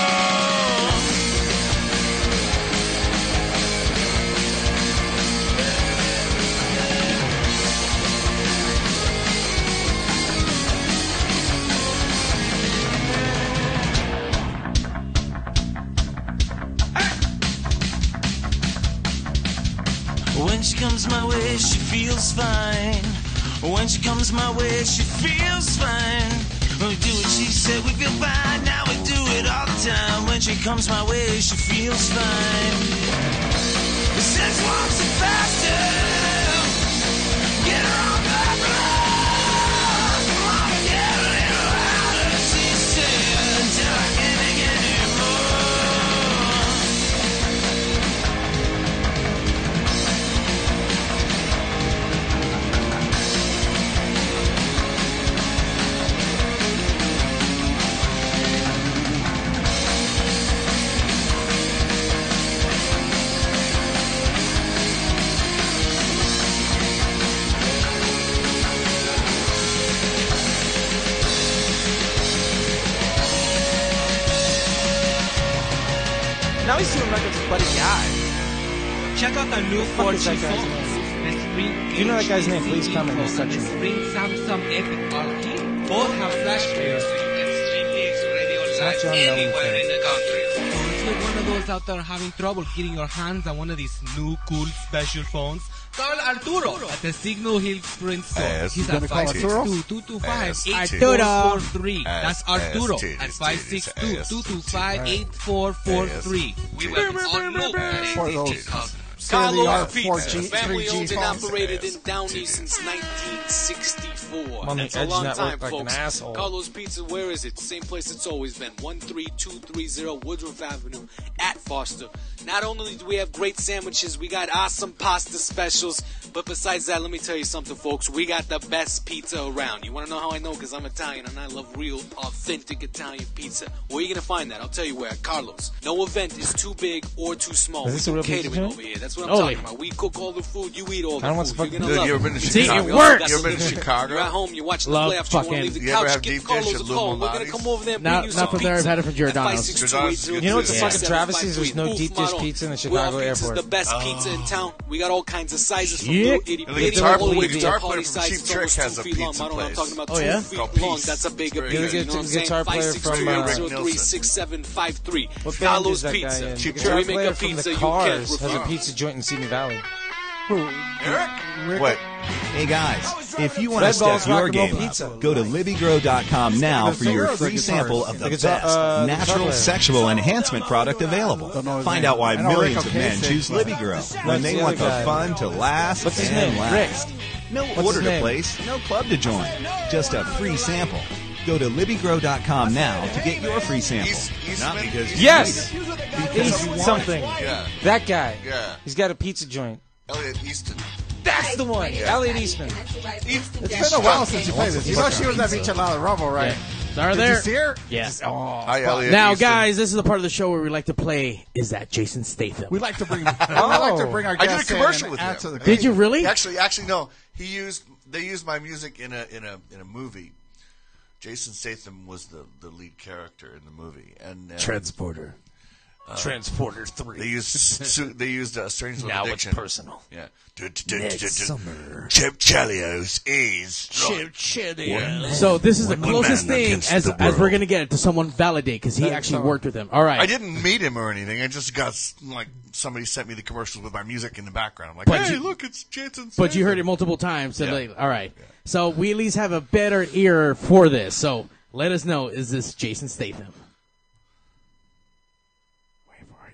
When she comes my way, she feels fine. When she comes my way, she feels fine. When we do what she said, we feel fine. Now we do it all the time. When she comes my way, she feels fine. Since walks it faster. Get her on the floor. Come on, get a little louder, she said, till I can't take anymore.
Now he's doing records with Buddy Guy.
Check out the new
fuck is
4G
that guy's
phone. The Spring
If you know that guy's name,
HTC
please comment in the
phone and
section.
The Spring Samsung Epic RT both have flash players.
Not John Mellencamp.
So if you're one of those out there having trouble getting your hands on one of these new cool special phones, Carl Arturo at the Signal Hill Sprint Store.
Ass
He's at
titties. Ass
562-225-8443.
titties.
That's
Ass
Arturo
titties,
at
ass
562-225-8443. We were on loop
For
at
those
Carlos
state-of-the-art 4G,
Pizza, family
3G
owned and
phones.
operated in Downey since 1964.
I'm on the
That's a
edge
long
network
time,
like an
folks.
asshole.
Carlos Pizza, where is it? Same place it's always been. 13230 Woodruff Avenue at Foster. Not only do we have great sandwiches, we got awesome pasta specials. But besides that, let me tell you something, folks. We got the best pizza around. You want to know how I know? Because I'm Italian and I love real, authentic Italian pizza. Where are you going to find that? I'll tell you where. Carlos. No event is too big or too small.
Is this
we
a real
do
pizza
catering
joint?
over here. That's what I'm
Oh,
talking
wait.
about. We cook all the food. You eat all the
I don't want
food.
to fucking-
You're gonna
Dude,
love
you ever
it.
been to
See,
Chicago?
it works.
You ever been to Chicago?
You're at home. You're watching
Love
the playoffs. You want to
fucking-
leave the
You ever
couch.
have
give
deep
Carlos
dish
a call. We're gonna
Illuminati?
come over there and
Not,
bring you
not
some
from there. I've
pizza.
had it from Giordano's.
You know what's a fucking travesty is there's no deep dish pizza in the Chicago
Well, pizza's
airport.
the best pizza in town. We got all kinds of sizes from
Yeah.
little itty
The
bitty
guitar
all the way
player-
to
guitar
party
player from
sizes.
Cheap
It's
Trick
almost
has
two
a
feet long.
pizza
I don't know. I'm
place.
talking about
Oh,
two
yeah?
feet
Called
long.
Peace.
That's a big
Very
pizza.
good.
You know what I'm
Guitar
saying?
player
Five six
from,
three
uh,
zero three six seven five three.
What band is
Carlos
that guy
Pizza.
in?
Cheap
The guitar
Trick. We make
player
a
from
pizza
the
you can't
Cars has a
refuse.
pizza joint in Simi Valley.
Eric? What?
Hey guys, if you want to
Red Ball
step your
Guacamole
game
Pizza.
up, go to LibbyGrow.com now
The
for your
Sonora's a
free
guitarist.
sample of the
The guitar-
best
uh, the
natural
guitar
sexual enhancement product available. Find out why
I know Rick
millions of men
Ocasek.
choose Libby Grow when
What's
they
the
want
other
the
guy?
fun to last
What's his
and
name?
last.
Rick.
No
What's
order
his
to
name?
place, no club to join, just a free sample. Go to LibbyGrow.com now to get your free sample. Not because you
Yes,
need it,
he's
because you want it.
something.
Yeah.
That guy.
Yeah.
He's got a pizza joint.
Elliot Easton.
That's the one.
Yeah.
Elliot Eastman.
It's been a while since you played this. You know she was at Michelada Rumble, right?
Are
Did
there?
you see her?
Yeah.
Just- oh, fuck.
now, guys, this is the part of the show where we like to play. Is that Jason Statham?
We like to bring. I like
Oh,
to bring our
I
guests
did a commercial with him.
him.
Did you really?
Actually, actually, no. He used they used my music in a in a in a movie. Jason Statham was the, the lead character in the movie, and uh,
Transporter. Transporter 3.
They used su- they used uh, strange Love
Now it's
Addiction.
personal.
Yeah.
Next summer.
Chip Chelios is
Chip Chelios.
So this is the
One
closest
man
thing
against
as
the
as we're
world.
gonna get to someone validate because he actually worked with him. All right.
I didn't meet him or anything. I just got s- like somebody sent me the commercials with my music in the background. I'm like,
But
hey,
you-
look, it's Jason.
But you
Statham.
heard it multiple times. So
Yeah.
like, all right. So we at least have a better ear for this. So let us know: is this Jason Statham?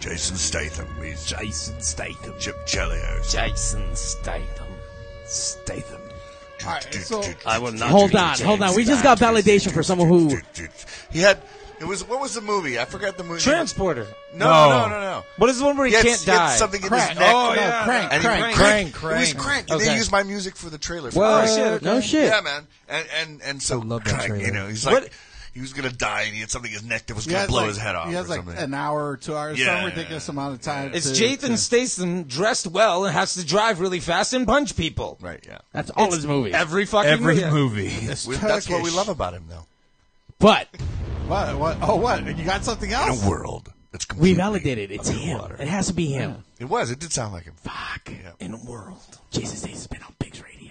Jason Statham. He's Jason Statham. Chip Chelios. Jason Statham. Statham.
I will not.
Hold
be
on, hold on.
James
We just got validation for someone who
He had. It was what was the movie? I forgot the movie.
Transporter.
No, no, no, no. no.
What is the one where he,
had-
can't
he had
die?
something in
Crank.
his neck.
Oh, yeah. Crank,
And he-
crank, crank,
It was
crank.
crank. And
Okay.
they used my music for the trailer. For
Well,
crank.
shit, no shit.
Yeah, man. And and and so crank,
trailer.
you know, he's like
What-
he was gonna die, and he had something in his neck that was
He
gonna
has
blow
like-
his head off.
He has
or
like
something.
an hour, two hours,
Yeah.
some ridiculous amount of time.
It's
to-
Jason
to-
Statham dressed well and has to drive really fast and punch people.
Right. Yeah.
That's all
It's
his movies.
Every fucking
We- that's what we love about him, though.
But
what? What? Oh, what? You got something else?
In a world that's
we
completely
validated. It's him.
underwater.
It has to be him.
It was. It did sound like him.
Fuck.
In a
world. Jason Statham has been on Pigs Radio.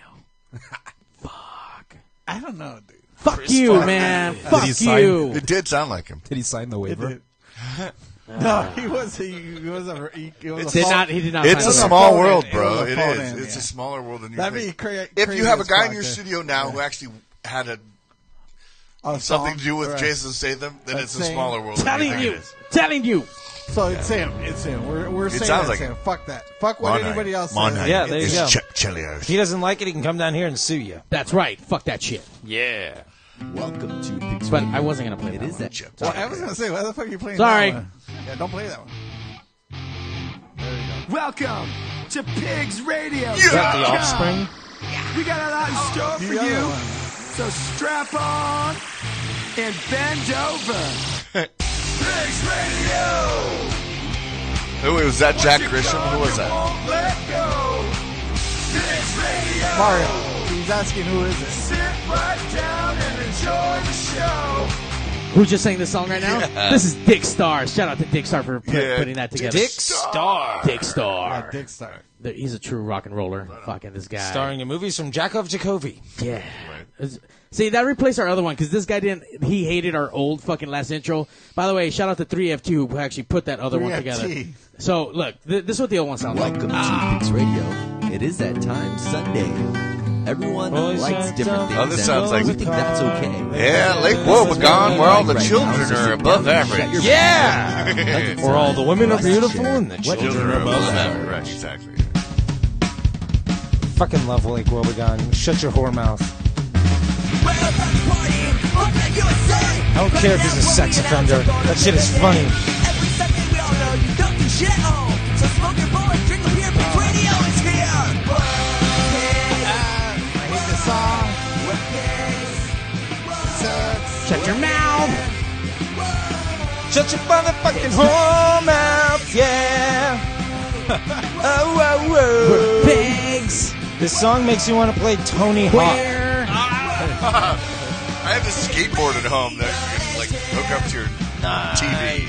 I don't know, dude.
Fuck you, man. Fuck you.
It did sound like him.
Did he sign the waiver?
No, he was. He, he was a. He, he was
It's-
a
did
phone-
not- he did not
It's
sign
a
the
small
waiver.
world,
It
bro.
was a
It
phone
is.
in,
It's
yeah.
a smaller world than you
That'd be
think.
cra-
if
crazy
you have a
as
guy in
fuck,
your
yeah.
studio now who actually had a,
a
something
song
to do with
or a-
Jason Statham, then
a
it's a
thing.
smaller world. than think it is.
telling you.
So it's him. It's him. We're, we're
It
saying
sounds
it's
like
him.
it.
Fuck that. Fuck what
Monite.
anybody else
Monite
says.
Yeah, there you
is
go.
Chip Chelios.
If he doesn't like it, he can come down here and sue you.
That's right. Fuck that shit.
Yeah.
Welcome to
But I wasn't gonna play it. Is that
Well, I was gonna say, why the fuck are you playing?
Sorry.
That one? Yeah, don't play that one.
Welcome to Pigs Radio.
Is that The Offspring?
We got a lot in store for
The other
you.
one.
So strap on and bend over. Pigs Radio.
Who was that? Jack Grisham? Who was that?
Let go. Pigs Radio.
Mario. He's asking who is it?
Sit right down and enjoy the show.
Who just sang this song right now?
Yeah.
This is Dick Star. Shout out to Dick Star for put-
Yeah.
putting that together.
Dick Starr.
Dick Star.
Yeah, Dick Star.
He's a true rock and roller. Fucking this guy.
Starring in movies from Jakov Jacoby.
Yeah. It's- See, that replaced our other one because this guy didn't. He hated our old fucking last intro. By the way, shout out to 3F2 who actually put that other one
3FT.
together. So look, th- this is what the old one sounds
Welcome
like.
to Pigs Radio. It is that time, Sunday. Everyone
Always
likes
shut
different
down.
things.
Oh, this
and
sounds like-
we think that's okay.
Yeah, Lake Wobegon, where all the children are above average.
Yeah! Where all the women are beautiful and the
What
children are above
average. Right, exactly.
Fucking love Lake Wobegon. Shut your whore mouth. I don't care if he's a sex offender. That shit is funny.
Shut your mouth.
Shut your motherfucking whore mouth, yeah. oh, whoa, whoa. We're
pigs.
This song makes you want to play Tony Hawk.
I have this skateboard at home that you can like hook up to your TV.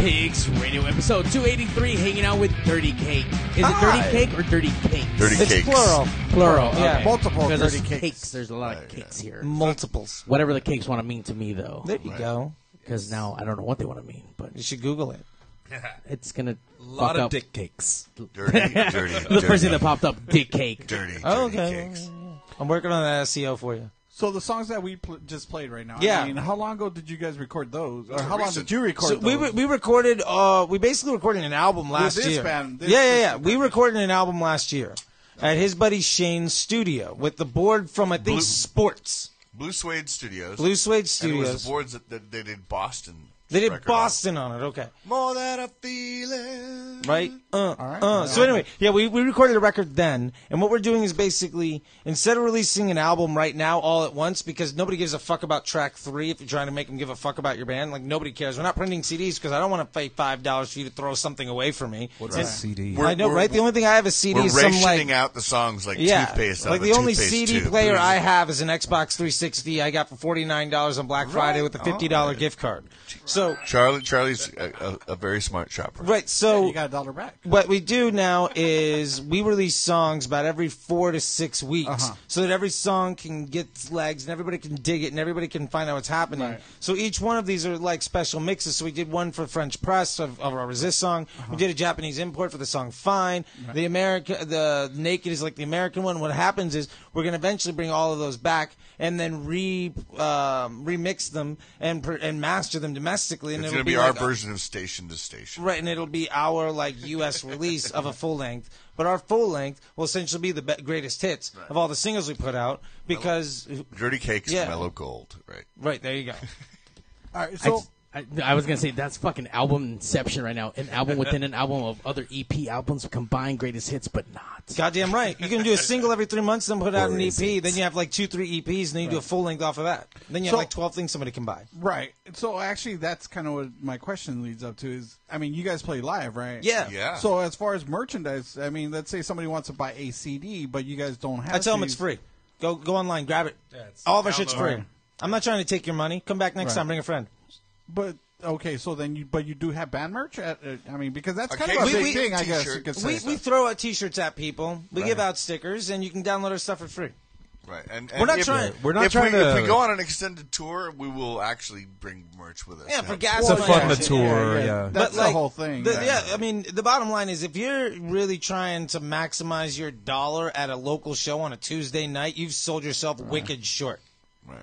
Pigs Radio episode 283, hanging out with Dirty Cake. Is it Dirty
Hi.
Cake or Dirty Cakes?
Dirty It's Cakes. plural.
Plural.
Yeah,
okay.
multiple
Because
Dirty
there's
Cakes.
There's a lot of cakes here.
Multiples.
Whatever the cakes want to mean to me, though.
There you Right. go.
Because now I don't know what they want to mean, but
you should Google it.
It's gonna
Lot
fuck
of
up.
dick cakes.
Dirty, dirty,
the
dirty.
first thing that popped up, dick cake.
Dirty.
Oh, okay. I'm working on that SEO for you.
So the songs that we pl- just played right now.
Yeah.
I mean, how long ago did you guys record those, or
Those are
how long
recent.
did you record
So
those?
we, we recorded. Uh, we basically recorded an album
With
last
this
year.
band, this-
yeah, yeah, yeah. We recorded an album last year at his buddy Shane's studio with the board from I think
Blue-
Sports.
Blue Suede Studios.
Blue Suede
And it was
Studios.
the boards that, that they did Boston.
They did Boston on it. Okay.
More than a feeling.
Right? Uh,
right.
uh. So anyway, yeah, we, we recorded a record then, and what we're doing is basically instead of releasing an album right now all at once because nobody gives a fuck about track three if you're trying to make them give a fuck about your band, like nobody cares. We're not printing CDs because I don't want to pay five dollars for you to throw something away for me.
What's
And-
a CD?
I know,
We're-
right? The only thing I have is CD
We're
is some
rationing
like
out the songs like toothpaste. out
like
of
the only
toothpaste
CD
tube.
player I have is an Xbox 360. I got for forty nine dollars on Black Friday with a fifty dollar gift card. So
Charlie, Charlie's a, a, a very smart shopper.
Right. So
you got a dollar back.
What we do now is we release songs about every four to six weeks,
Uh-huh.
so that every song can get its legs and everybody can dig it and everybody can find out what's happening.
Right.
So each one of these are like special mixes. So we did one for French Press of, of our Resist song.
Uh-huh.
We did a Japanese import for the song Fine. The America, the Naked is like the American one. What happens is we're going to eventually bring all of those back and then re um, remix them and pr- and master them domestically.
It's
And
going
it'll
to be, our
like a-
version of Station to Station.
Right, and it'll be our like U.S. release of a full length, but our full length will essentially be the be- greatest hits of all the singles we put out because
Dirty Cakes,
Yeah.
Mellow Gold. Right.
right there you go.
all right,
I, I, I was gonna say that's fucking album inception right now. An album within an album of other EP albums combined greatest hits, but not.
goddamn right. You can do a single every three months, then put out
Or
an
is
EP, then you have like two, three EPs, and then you do a
Right.
full length off of that. Then you
So-
have like twelve things somebody can buy.
Right. So actually, that's kind of what my question leads up to. Is I mean, you guys play live, right?
Yeah. Yeah.
So as far as merchandise, I mean, let's say somebody wants to buy a CD, but you guys don't have.
I tell them it's
CDs.
free. Go go online, grab it. All of our shit's free. I'm not trying to take your money. Come back next
Right.
time, bring a friend.
But okay, so then you but you do have band merch. At, uh, I mean, because that's
A
kind of a
cake
big
we-
thing, I guess.
t-shirt.
You could
we,
say.
we throw out T-shirts at people. We
Right.
give out stickers, and you can download our stuff for free.
Right. And,
We're
and
not
if-
trying- we're not
if
trying
we,
to-
If we go on an extended tour, we will actually bring merch with us.
Yeah,
to
for
help
gas
support
money.
fund the tour, yeah.
But,
That's the
like,
whole thing,
the-
yeah.
yeah, I mean, the bottom line is if you're really trying to maximize your dollar at a local show on a Tuesday night, you've sold yourself wicked short.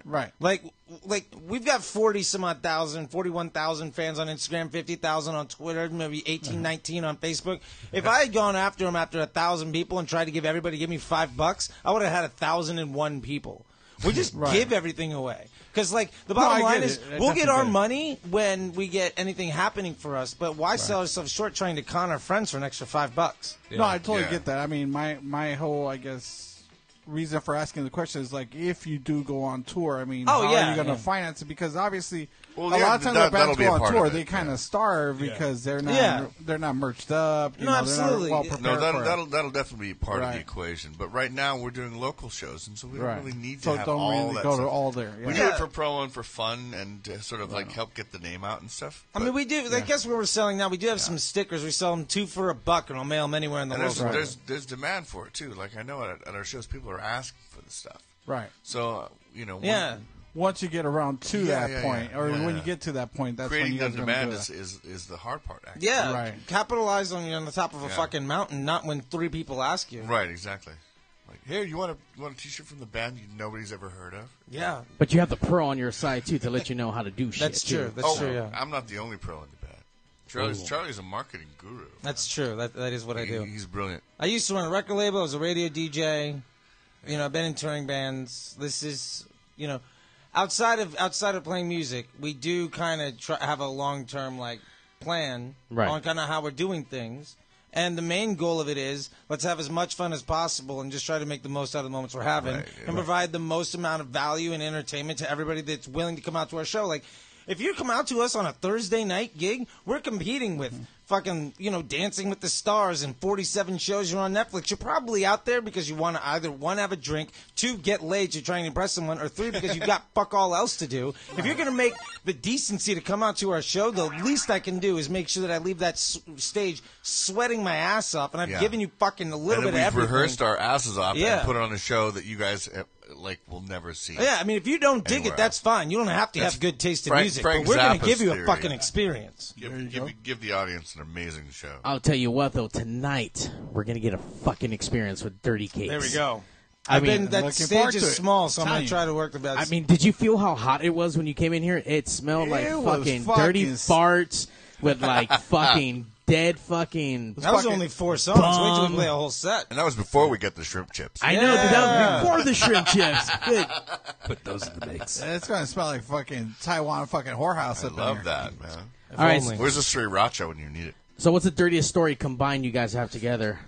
Right.
Like, like we've got 40 some odd thousand, 41,000 fans on Instagram, 50,000 on Twitter, maybe
Uh-huh.
18, 19 on Facebook. If I had gone after them after a thousand people and tried to give everybody, give me five bucks, I would have had a thousand and one people. We just
Right.
give everything away. Because, like, the
No, I
bottom
get
line
it.
is
I
we'll get
definitely
our
get it.
money when we get anything happening for us, but why sell ourselves short trying to con our friends for an extra five bucks?
No, I totally get that. I mean, my my whole, I guess, reason for asking the question is like if you do go on tour, I mean,
Oh,
how
yeah,
are you going to
yeah.
finance it? Because obviously,
Well,
a
yeah,
lot of times
that-
when
that'll
bands
be
go
a
on
part
tour,
of it,
they kind of starve because they're not
Yeah.
they're not merched up. You
No,
know,
absolutely.
They're not well prepared
no, that'll,
for it.
that'll that'll definitely be part of the
Right.
equation. But right now we're doing local shows, and so we don't
Right.
really need to
So
have
don't
all
really
that.
go to
stuff.
all there, yeah. Oh.
We do
Yeah.
it for pro and for fun, and to sort of like help get the name out and stuff.
I mean, we do. I guess what we're selling now, we do have some stickers. We sell them two for a buck, and I'll mail them anywhere in the
And
world.
there's, there's there's demand for it too. Like I know at, at our shows, people are asking for the stuff.
Right.
So uh, you know, when-
Once you get around to
Yeah,
that
yeah,
point,
yeah,
or
yeah.
when you get to that point, that's
creating
when you guys
the
are gonna
demand
do
is,
that.
is is the hard part. Actually.
Yeah,
Right.
capitalize on you're on the top of a
Yeah.
fucking mountain, not when three people ask you.
Right, exactly. Like, here, you want a you want a T-shirt from the band you, nobody's ever heard of?
Yeah.
But you have the pro on your side too to let you know how to do shit.
That's true.
too.
That's true. Yeah.
Oh, I'm not the only pro in the band. Charlie's
Ooh.
Charlie's a marketing guru.
That's true. That that is what I do.
He's brilliant.
I used to run a record label. I was a radio DJ. You know, I've been in touring bands. This is, you know, outside of outside of playing music, we do kind of try, have a long term like plan
Right.
on kind of how we're doing things. And the main goal of it is let's have as much fun as possible and just try to make the most out of the moments we're having
Right,
and provide the most amount of value and entertainment to everybody that's willing to come out to our show. Like, if you come out to us on a Thursday night gig, we're competing with
Mm-hmm.
fucking, you know, Dancing with the Stars and 47 shows you're on Netflix. You're probably out there because you want to either one, have a drink, two, get laid, you're trying to impress someone, or three, because you've got fuck all else to do. If you're going to make the decency to come out to our show, the least I can do is make sure that I leave that s- stage sweating my ass off, and I've
Yeah.
given you fucking a little
and
bit of
then we've
everything.
rehearsed our asses off
Yeah.
and put on a show that you guys eh, like will never see.
Yeah, I mean, if you don't dig
Anywhere
it, that's fine. You don't have to
That's
have good taste in
Frank-
music,
Frank
but we're going
Zappa's
to give you a
theory.
fucking experience.
Give, give, give the audience an amazing show.
I'll tell you what though, tonight we're gonna get a fucking experience with Dirty Cakes.
There we go.
I
I've
mean,
been- that stage is small, so I'm
Tell
going
you.
to try to work the best.
I mean, did you feel how hot it was when you came in here? It smelled like
It was
fucking,
fucking
dirty farts with like fucking dead fucking.
that was only four songs. Wait till
bum.
we play a whole set.
And that was before we get the shrimp chips.
I know, but that
Yeah.
was before the shrimp chips. Good.
Put those in the mix. It's gonna smell like fucking Taiwan fucking whorehouse. I up
Love
in here.
that, man.
If All right. only.
Where's the sriracha when you need it?
So, what's the dirtiest story combined you guys have together?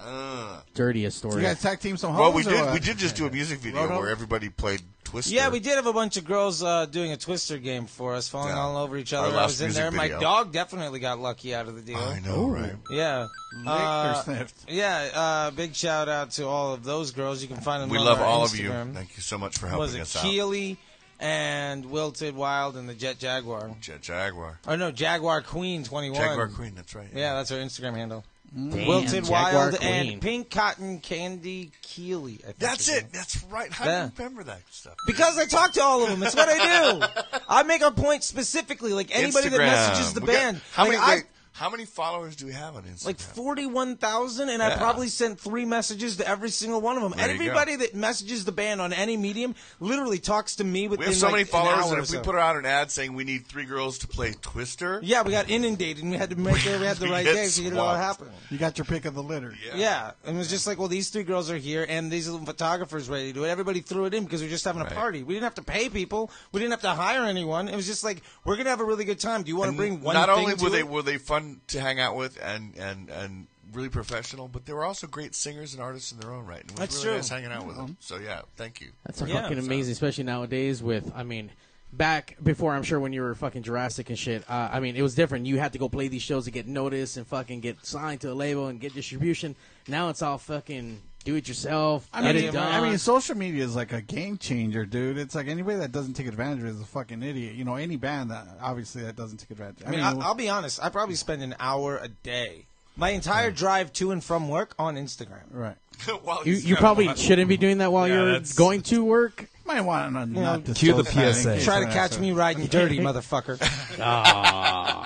Uh,
Dirtiest story.
You guys tag team some hoes.
well, we
or
did.
what?
We did just do a music video
Roto?
where everybody played Twister.
Yeah, we did have a bunch of girls uh, doing a twister game for us, falling
Yeah.
all over each
Our
other. I
last
was in
music
there.
video.
My dog definitely got lucky out of the deal. I
know, Ooh. right?
Yeah.
Licked or
Uh,
sniffed?
Yeah. Uh, big shout out to all of those girls. You can find them.
We
on
love
our
all of you.
Instagram.
Thank you so much for
Was
helping
it
us out.
Keely and Wilted Wild and the Jet Jaguar?
Jet Jaguar.
Oh no, Jaguar Queen twenty one.
Jaguar Queen, that's right.
Yeah, that's our Instagram handle.
Damn,
Wilted
Jaguar
Wild
Queen.
and Pink Cotton Candy Keely. I think
That's
is
it. That's right. How
Yeah.
do you remember that stuff?
Because I talk to all of them. It's what I do. I make a point specifically. Like anybody
Instagram.
that messages the
We got-
band.
how
like,
many?
I,
wait, how many followers do we have on Instagram?
like 41,000, and I
Yeah.
probably sent three messages to every single one of them.
There you go.
Everybody that messages the band on any medium literally talks to me within
we have so
like,
many
an
followers
hour
that
or
if we
so.
put out an ad saying we need three girls to play Twister,
Yeah, we got inundated, and we had to make sure we had the
We
right
get
day so you know what
swamped.
happened.
You got your pick of the litter.
Yeah. and it was just like, well, these three girls are here, and these little photographers ready to do it. Everybody threw it in because we were just having a party. We didn't have to pay people. We didn't have to hire anyone. It was just like, we're gonna have a really good time. Do you want to bring one?
not
thing
only
to
were they
it?
were they fun to hang out with and and and really professional, but they were also great singers and artists in their own right. And it was
That's
really
true. Uh-huh.
nice hanging out with them. So yeah, thank you.
That's fucking amazing, especially nowadays with, I mean, back before, I'm sure when you were fucking Jurassic and shit, uh, I mean, it was different. You had to go play these shows to get noticed and fucking get signed to a label and get distribution. Now it's all fucking do it yourself.
I
get
mean,
it done.
I mean, social media is like a game changer, dude. It's like anybody that doesn't take advantage of it is a fucking idiot. You know, any band that obviously that doesn't take advantage.
I mean, I I'll be honest. I probably spend an hour a day, my entire drive to and from work on Instagram.
Right.
While
you,
he's
you
got
probably
one.
shouldn't be doing that while
Yeah,
you're
that's-
going to work.
Might want to
You know,
not
Cue the
disclose that in
PSA.
case
Try to
someone asks
catch
it.
me riding dirty, motherfucker.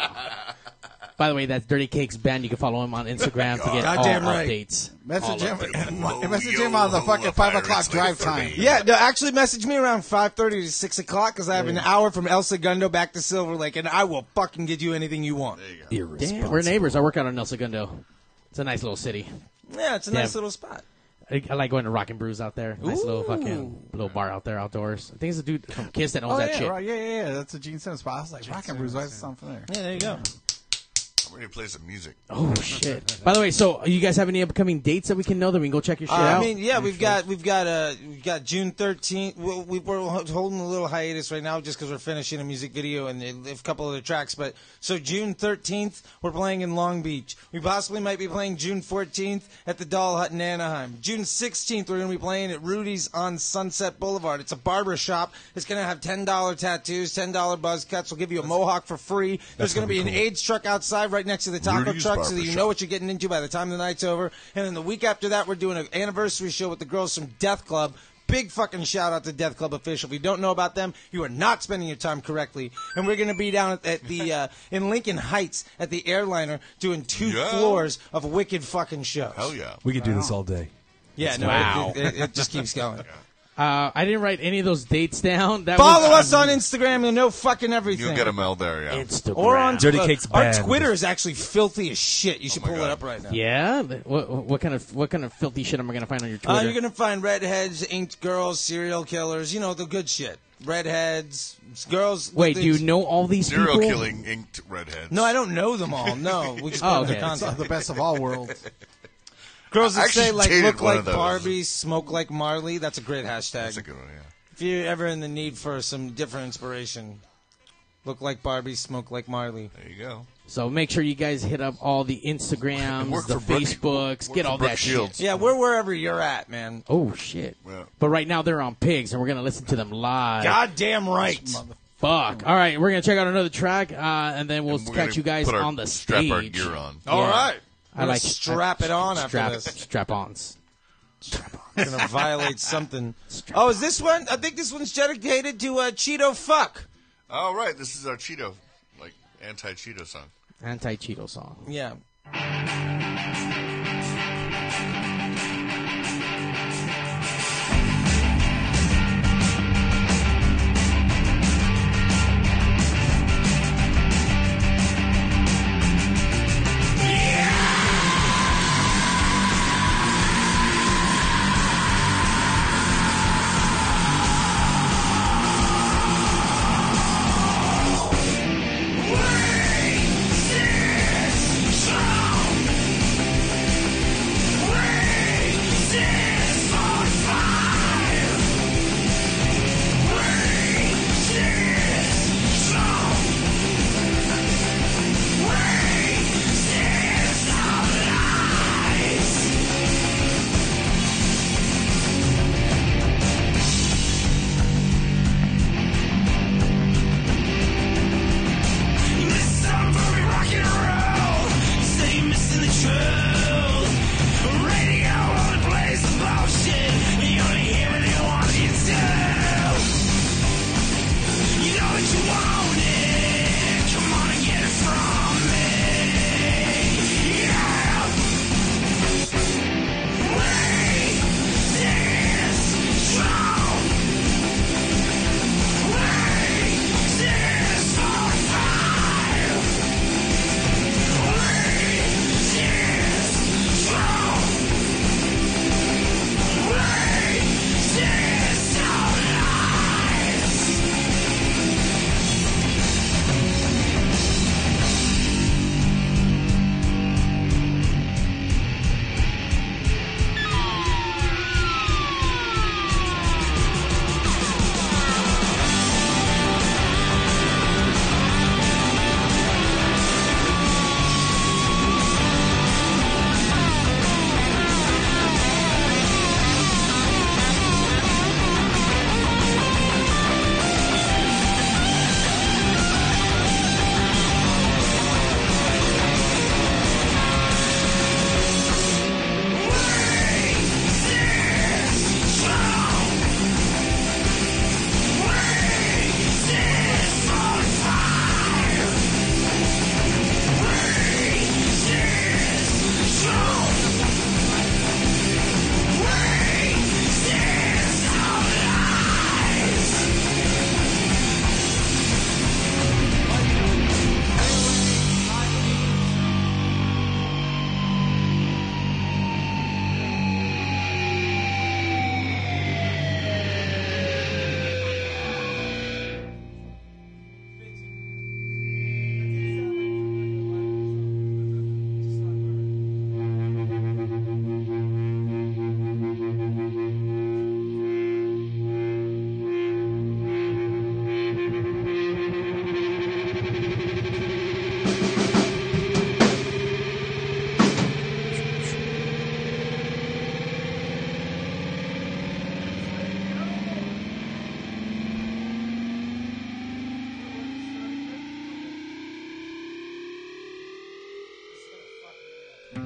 By the way, that's Dirty Cakes Band. You can follow him on Instagram
Oh
to get
Goddamn
all
right.
updates.
Message
All
him.
updates.
Message him on the fucking five o'clock drive time.
Yeah, no, actually message me around 5.30 to 6 o'clock because I have an hour from El Segundo back to Silver Lake, and I will fucking get you anything you want.
Damn, we're neighbors. I work out in El Segundo. It's a nice little city.
Yeah, it's a
Damn.
nice little spot.
I, I like going to Rock and Brews out there. Nice little fucking little bar out there outdoors. I think it's a dude from Kiss that owns
oh,
that
yeah,
shit.
Right, yeah, yeah, yeah. That's a Gene Simmons spot. I was like, Rockin' Bruce, why is it sound familiar?
Yeah, there you go.
We're gonna play some music.
Oh shit! By the way, so you guys have any upcoming dates that we can know that we can go check your shit
Uh,
out?
I mean, yeah, we've got we've got uh we've got June 13th. We, we we're ho- holding a little hiatus right now just because we're finishing a music video and a a couple other tracks. But so June 13th, we're playing in Long Beach. We possibly might be playing June 14th at the Doll Hut in Anaheim. June 16th, we're gonna be playing at Rudy's on Sunset Boulevard. It's a barber shop. It's gonna have ten dollar tattoos, ten dollar buzz cuts. We'll give you a mohawk for free. There's gonna
gonna
be
be
an AIDS truck outside right next to the taco
Rudy's
truck, so
Barber
that you
Shop.
know what you're getting into by the time the night's over. And then the week after that, we're doing an anniversary show with the girls from Death Club. Big fucking shout out to Death Club official. If you don't know about them, you are not spending your time correctly. And we're going to be down at, at the uh, in Lincoln Heights at the airliner doing two
Yeah.
floors of wicked fucking shows. Hell
yeah!
We could do this all day.
Yeah, no,
Wow.
it, it- it just keeps going.
Uh, I didn't write any of those dates down. That
Follow
was,
us on Instagram. You'll know fucking everything.
You'll get a mail there, yeah.
Instagram.
Or on
Dirty
Twitter.
Cakes
Our
Band.
Twitter is actually filthy as shit. You
Oh
should pull it up right now.
Yeah. What, what kind of what kind of filthy shit am I gonna find on your Twitter?
Uh, you're gonna find redheads, inked girls, serial killers. You know the good shit. Redheads, girls.
Wait,
the-
do you know all these
Serial
people?
killing inked redheads.
No, I don't know them all. No, we just
Oh,
oh, their
okay.
concept.
It's the best of all worlds.
Girls
I
that say
actually
like
dated
look
one
like
of those.
Barbie, smoke like Marley. That's a great hashtag. That's a
good one. Yeah.
If you're ever in the need for some different inspiration, look like Barbie, smoke like Marley.
There you go.
So make sure you guys hit up all the Instagrams,
Work
the
for Brooke-
Facebooks,
work
get
for
all
Brooke
that
Shields.
shit.
Yeah, we're wherever you're at, man.
Oh shit!
Yeah.
But right now they're on pigs, and we're gonna listen to them live.
God damn right.
Fuck. All right, we're gonna check out another track, uh, and then we'll catch you guys
put our-
on the
strap
stage.
our gear on.
Yeah.
All right.
I like
strap it on after
strap,
this.
Strap-ons.
It's gonna violate something. Oh, is this one? I think this one's dedicated to uh, Cheeto Fuck.
All right, this is our Cheeto, like anti-Cheeto song.
Anti-Cheeto song.
Yeah.
Fire!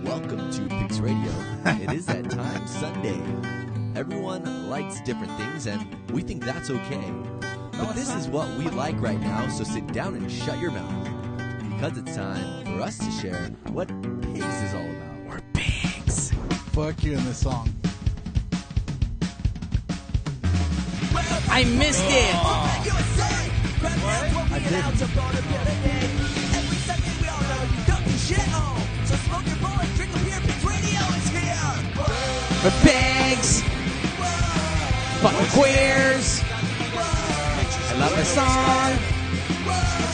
Welcome to Pigs Radio. it is that time Sunday. Everyone likes different things, and we think that's okay. But this is what we like right now, so sit down and shut your mouth. Because it's time for us to share what pigs is all about. We're pigs.
Fuck you in this song.
I missed it.
I did.
We're pigs. Fucking queers.
I
love the song.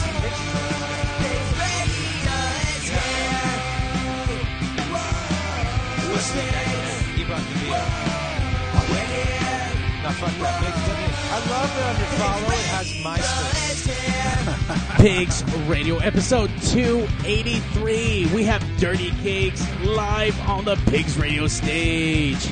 I love that under follow it has MySpace.
Pigs Radio episode 283. We have Dirty Cakes live on the Pigs Radio stage.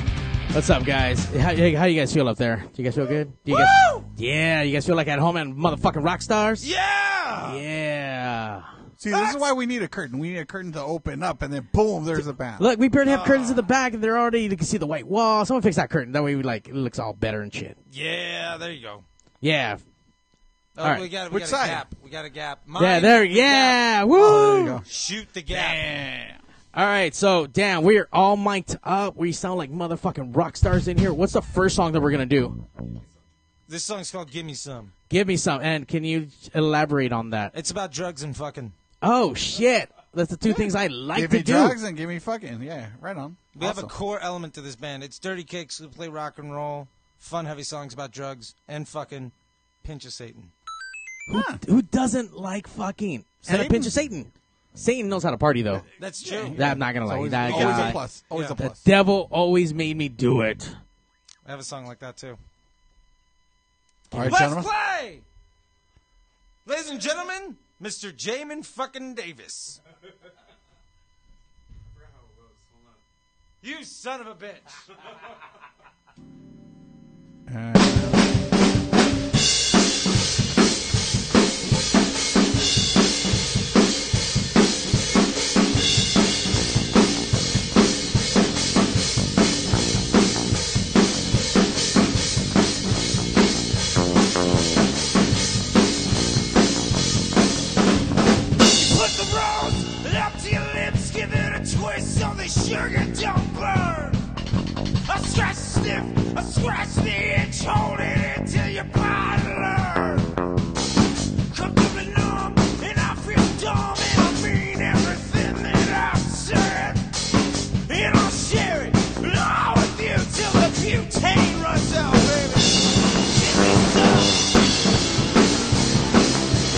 What's up, guys? How, hey, how you guys feel up there? Do you guys feel good? Do you Guys, yeah, you guys feel like at home and motherfucking rock stars? Yeah! Yeah.
See, this is why we need a curtain. We need a curtain to open up, and then boom, there's a band.
Look, we barely have curtains in the back, and they're already, you can see the white wall. Someone fix that curtain. That way, we like, it looks all better and shit.
Yeah, there you go.
Yeah.
Oh,
all right.
we got, we
Which
got
side?
a gap. We got a gap.
yeah,
Mine,
there,
the
yeah,
gap.
woo!
Oh,
Shoot the gap.
All right, so damn, we're all mic'd up. We sound like motherfucking rock stars in here. What's the first song that we're gonna do?
This song's called "Give Me Some."
Give me some, and can you elaborate on that?
It's about drugs and fucking.
Oh shit, that's the two things I like
give
to
me
do.
drugs and give me fucking. Yeah, right on.
We have
Awesome.
a core element to this band. It's Dirty Kicks who play rock and roll, fun, heavy songs about drugs and fucking pinch of Satan.
Who, who doesn't like fucking? And a pinch of Satan. Satan knows how to party though.
That's true.
That, I'm not gonna
It's
lie.
always-
that
always a
guy-
plus. Always a plus.
The devil always made me do it.
I have a song like that too.
All right,
Let's
gentlemen.
play, ladies and gentlemen, Mr. Jamin fucking Davis. You son of a bitch.
Put the rose up to your lips, give it a twist so the sugar don't burn. I scratch, sniff, I scratch the itch, hold it in till your body learns. Completely numb, and I feel dumb, and I mean everything that I've said. And I'll share it all with you till the butane runs out, baby. Give me some.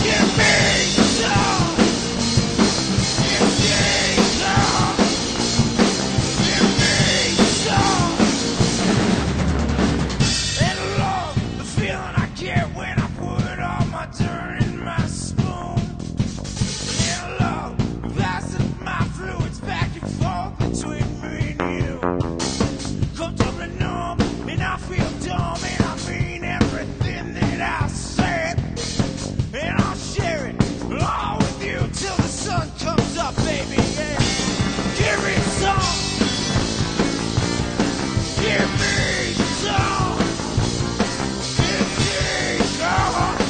Give me some. And love the feeling I get when I put all my dirt in my spoon. And love passes my fluids back and forth between me and you. Come doubly numb and I feel dumb and I mean everything that I said. And I'll share it all with you till the sun comes up, baby. Yeah. Give me some. Give me some. Give me some.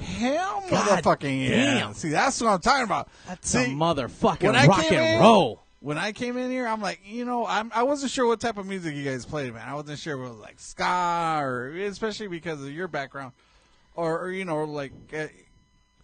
Hell, motherfucking yeah.
damn.
See, that's what I'm talking about.
That's
See,
a motherfucking
when I
rock
came
and
in,
roll.
When I came in here, I'm like, you know, I'm, I wasn't sure what type of music you guys played, man. I wasn't sure if it was like ska or, especially because of your background, or, or you know, like, uh,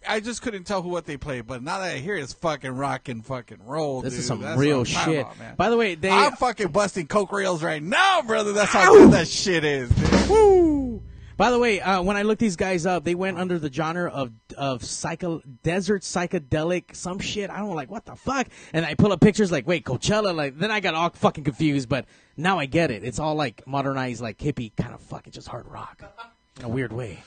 I just couldn't tell who what they played. But now that I hear it, it's fucking rock and fucking roll.
This is
dude.
some
That's
real
what I'm talking
shit.
about, man.
By the way, they
I'm fucking busting coke rails right now, brother. That's how good that shit is. Dude.
Woo! By the way, uh, when I looked these guys up, they went under the genre of of psycho desert psychedelic some shit. I don't like what the fuck. And I pull up pictures like, wait, Coachella. Like then I got all fucking confused, but now I get it. It's all like modernized, like hippie kind of fucking just hard rock in a weird way.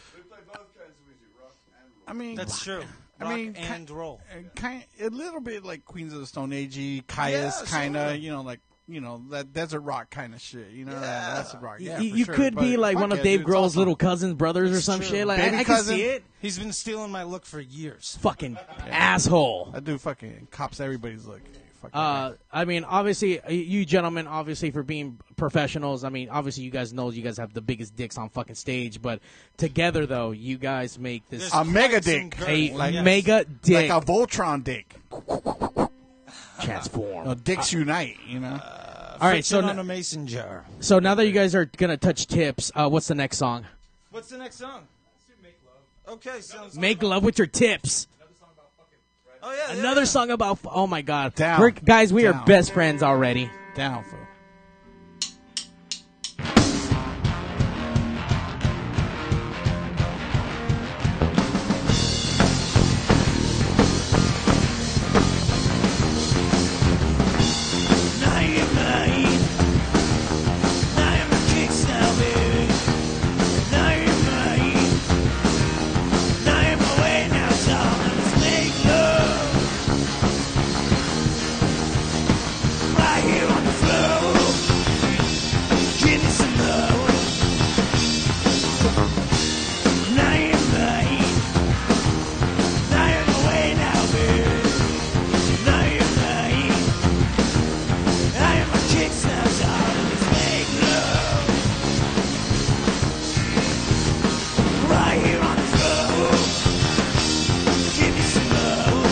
I mean,
That's true.
I mean,
Rock and roll.
kind a little bit like Queens of the Stone Age, Caius
Yeah,
kind of,
absolutely.
you know, like you know that desert rock kind of shit. You know, that, that's rock.
Y-
Yeah,
y-
for
you
sure.
could be
But
like one
fuck
of
it,
Dave
dude, it's
Grohl's
awesome.
little cousins, brothers, or some shit. Like I- I, can see it.
He's been stealing my look for years.
Fucking asshole.
That dude fucking cops everybody's look. Fucking
Uh, I mean, obviously, uh, you gentlemen, obviously, for being professionals. I mean, obviously, you guys know you guys have the biggest dicks on fucking stage, but together though, you guys make this
a mega dick,
a mega dick.
like a Voltron dick.
Transform.
No, dicks unite. You know.
Uh, All right, so
on
n-
a mason jar.
so now that you guys are gonna touch tips, uh, what's the next song?
What's the next song? Make love. Okay, sounds
Make love with your tips.
Oh yeah, yeah,
Another
yeah.
song about. Oh my god,
Down.
We're, guys, we are
Down.
best friends already.
Down fool.
Now you're mine. Now you're my kicks now, baby. Now you're mine. Now you're my way now, darling. Let's make love. Right here on the floor. Give me some love. Now you're mine. Now you're my way now, baby. Now you're mine. I am a kicks now, darling. Let's make love. Right here on the floor. Give me some love.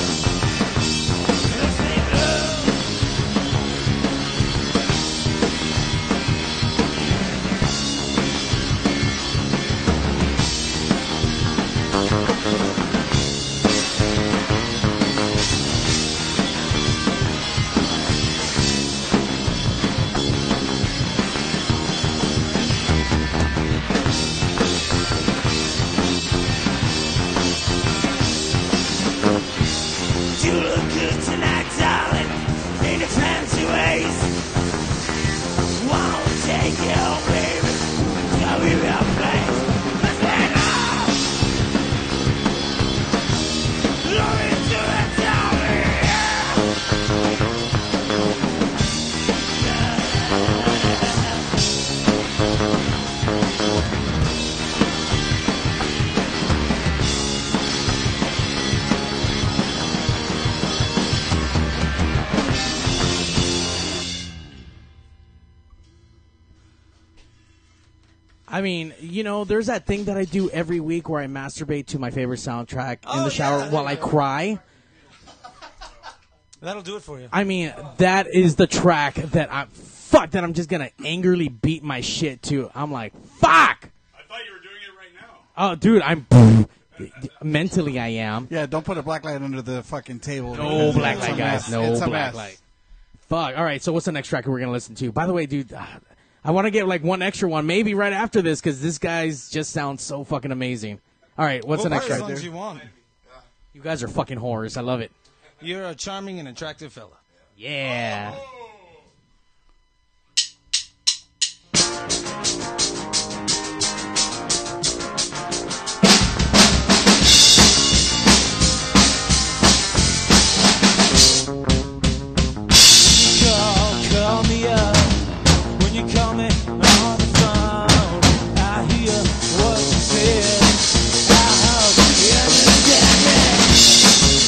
Let's make love. You look good tonight, darling. Ain't a time to waste. Won't take you, baby. Tell me about place. Let's get off. Love it to the darling.
I mean, you know, there's that thing that I do every week where I masturbate to my favorite soundtrack in the shower
yeah,
while I cry.
That'll do it for you.
I mean, that is the track that I fuck that I'm just gonna angrily beat my shit to. I'm like, fuck. I thought you were doing it right now. Oh, dude, I'm mentally I am.
Yeah, don't put a black light under the fucking table.
No
because
black
it's a
light,
mess.
guys. No
it's a
black
mess.
light. Fuck. All right. So what's the next track we're gonna listen to? By the way, dude, ah, I want to get like one extra one, maybe right after this, because this guy's just sounds so fucking amazing. All right. What's the
We'll
next
play as
track?
long as
dude?
you want.
You guys are fucking whores. I love it.
You're a charming and attractive fella.
Yeah.
Call, call me up when you call me on the phone. I hear what you said. I hope you understand it.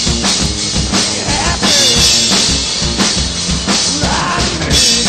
You're happy.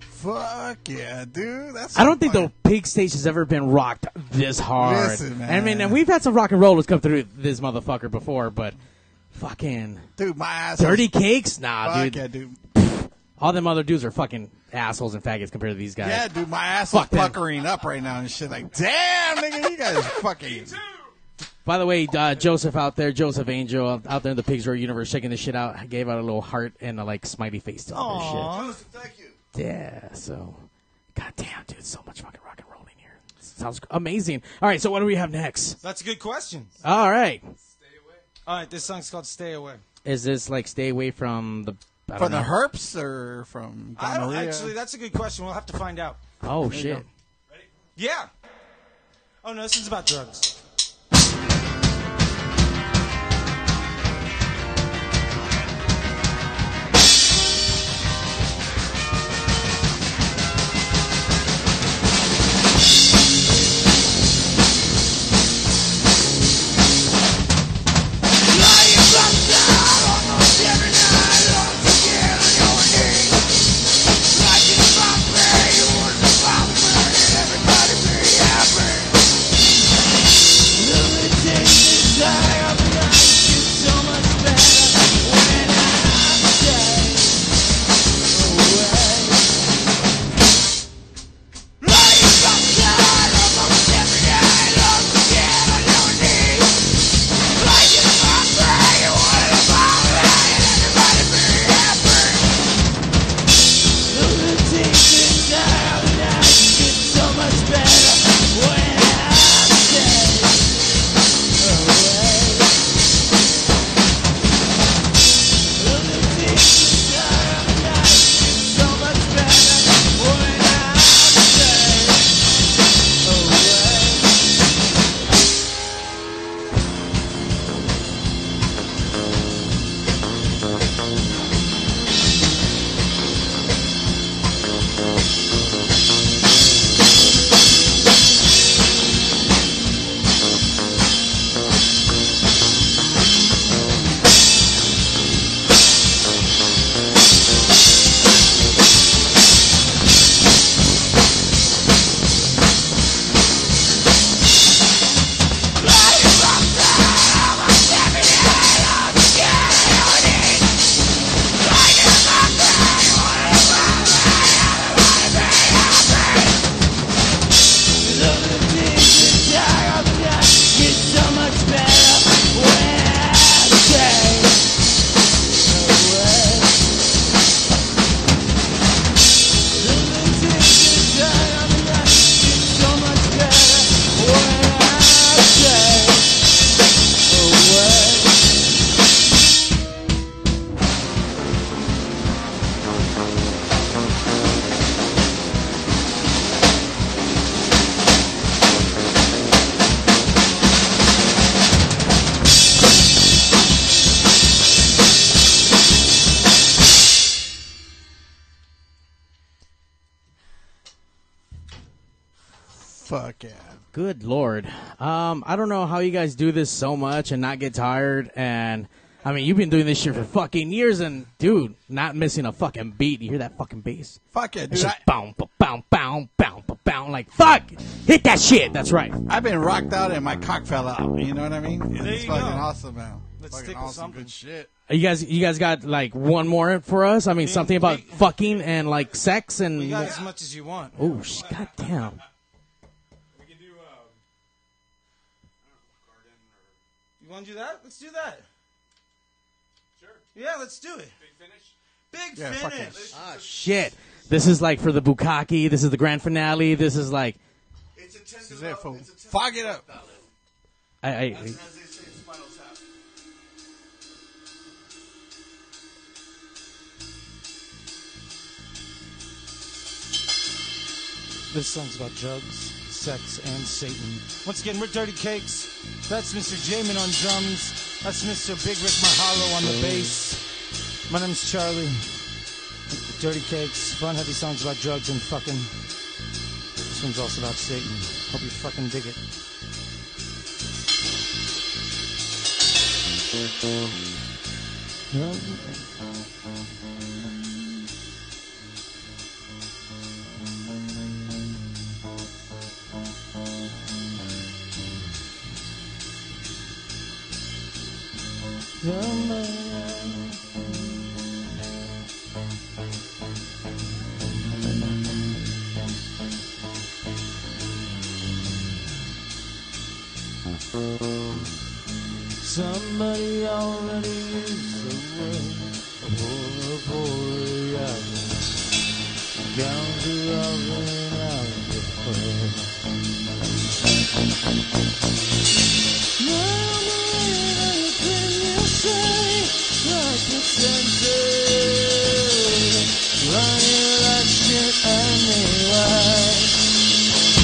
Fuck yeah, dude. That's
I don't think the pig stage has ever been rocked this hard.
Listen, man.
I mean, and we've had some rock and rollers come through this motherfucker before, but fucking
dude, my ass.
dirty
is-
cakes, nah,
Fuck
dude.
yeah, dude.
All them other dudes are fucking assholes and faggots compared to these guys.
Yeah, dude, my ass
Fuck
is
them.
puckering up right now and shit. Like, damn, nigga, you guys fucking.
By the way, uh, Joseph out there, Joseph Angel out- out there in the Pigs Row universe, checking this shit out, gave out a little heart and a like smiley face to all this shit.
Aw.
Yeah, so goddamn, dude, so much fucking rock and roll in here. Sounds amazing. All right, so what do we have next?
That's a good question.
All right,
All right, this song's called "Stay Away."
is this like stay away from the I
From
don't
the
know.
herps or from
I don't,
gonorrhea?
actually, that's a good question. We'll have to find out.
Oh
There you
shit!
go. Yeah. Oh no, this is about drugs.
Fuck yeah.
Good lord. Um, I don't know how you guys do this so much and not get tired. And I mean, you've been doing this shit for fucking years, and dude, not missing a fucking beat. You hear that fucking bass?
Fuck yeah,
That
dude.
shit
I,
bound, ba- bound, bound, bound, ba- bound. Like fuck, hit that shit. That's right.
I've been rocked out and my cock fell out. You know what I mean?
There
it's
you
fucking
go.
awesome, man.
Let's
fucking
stick with
awesome.
something.
Good shit.
You guys, you guys got like one more for us. I mean, something about fucking and like sex and.
You got as much as you want.
Oh, sh- goddamn.
You want to do that? Let's do that. Sure. Yeah, let's do it. Big finish. Big
Yeah, fuck
finish.
Ah, Shit. This is like for the Bukaki. This is the grand finale. This is like.
This is it, fool. Fog it up.
I, I,
This song's about drugs, sex, and Satan. Once again, we're Dirty Cakes. That's Mr. Jamin on drums. That's Mr. Big Rick Mahalo on the bass. My name's Charlie. Dirty Cakes, fun, heavy songs about drugs and fucking. This one's also about Satan. Hope you fucking dig it.
already in somewhere. Oh, I wanna pour it out. Down to loving out the plan. Running like shit anyway.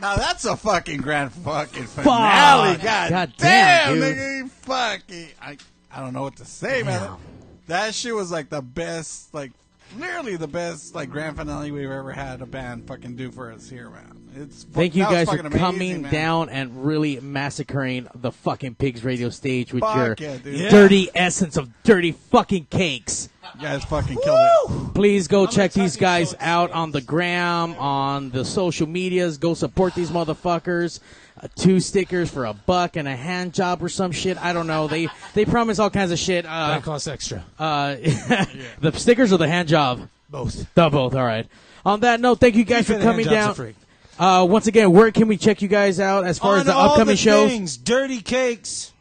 That's a fucking grand fucking finale. God,
God
damn,
damn, dude.
nigga, you fucking. I I don't know what to say, man. That shit was like the best, like literally the best, like grand finale we've ever had a band fucking do for us here, man. It's fu-
Thank you
that was
guys for
fucking amazing,
coming
man.
down and really massacring the fucking pigs radio stage with
Fuck
your
yeah, dude.
dirty essence of dirty fucking cakes.
You guys fucking killed it.
Please go check these guys out on the gram, on the social medias. Go support these motherfuckers. Uh, two stickers for a buck and a hand job or some shit. I don't know. They they promise all kinds of shit. Uh,
That costs extra.
Uh, the stickers or the hand job?
Both.
The both. All right. On that note, thank you guys
He
for
said
coming
hand job's
down.
a freak.
Uh, once again, where can we check you guys out as far
on
as the
all
upcoming
the
shows?
Things, dirty cakes.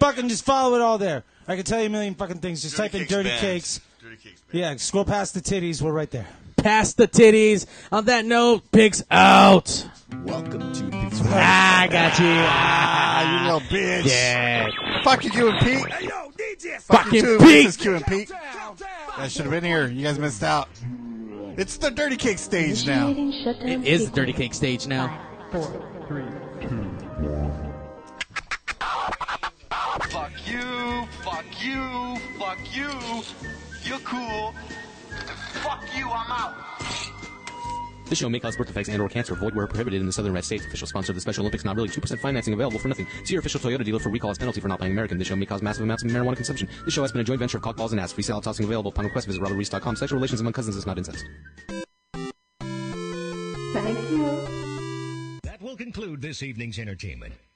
Fucking just follow it all there. I can tell you a million fucking things. Just type in
Cakes
dirty
Band.
cakes. Yeah, scroll past the titties. We're right there.
Past the titties. On that note, pigs out.
Welcome to Pigs
Ah, I got you.
Ah, you little bitch.
Yeah.
Fucking you and Pete.
Hey, yo, DJ.
Fucking
too.
Pete.
This is Q and Pete. That should have been here. You guys missed out. It's the Dirty Cake stage now.
It is the dirty cake stage now.
Fuck you, fuck you, fuck you. You're cool. Fuck you, I'm out.
This show may cause birth defects and or cancer. Void where prohibited in the southern Red States. Official sponsor of the Special Olympics. Not really. 2% financing available for nothing. See your official Toyota dealer for recall as penalty for not buying American. This show may cause massive amounts of marijuana consumption. This show has been a joint venture of cockballs and ass. Free salad tossing available upon request. Visit robertreese.com. Sexual relations among cousins is not incest.
That will conclude this evening's entertainment.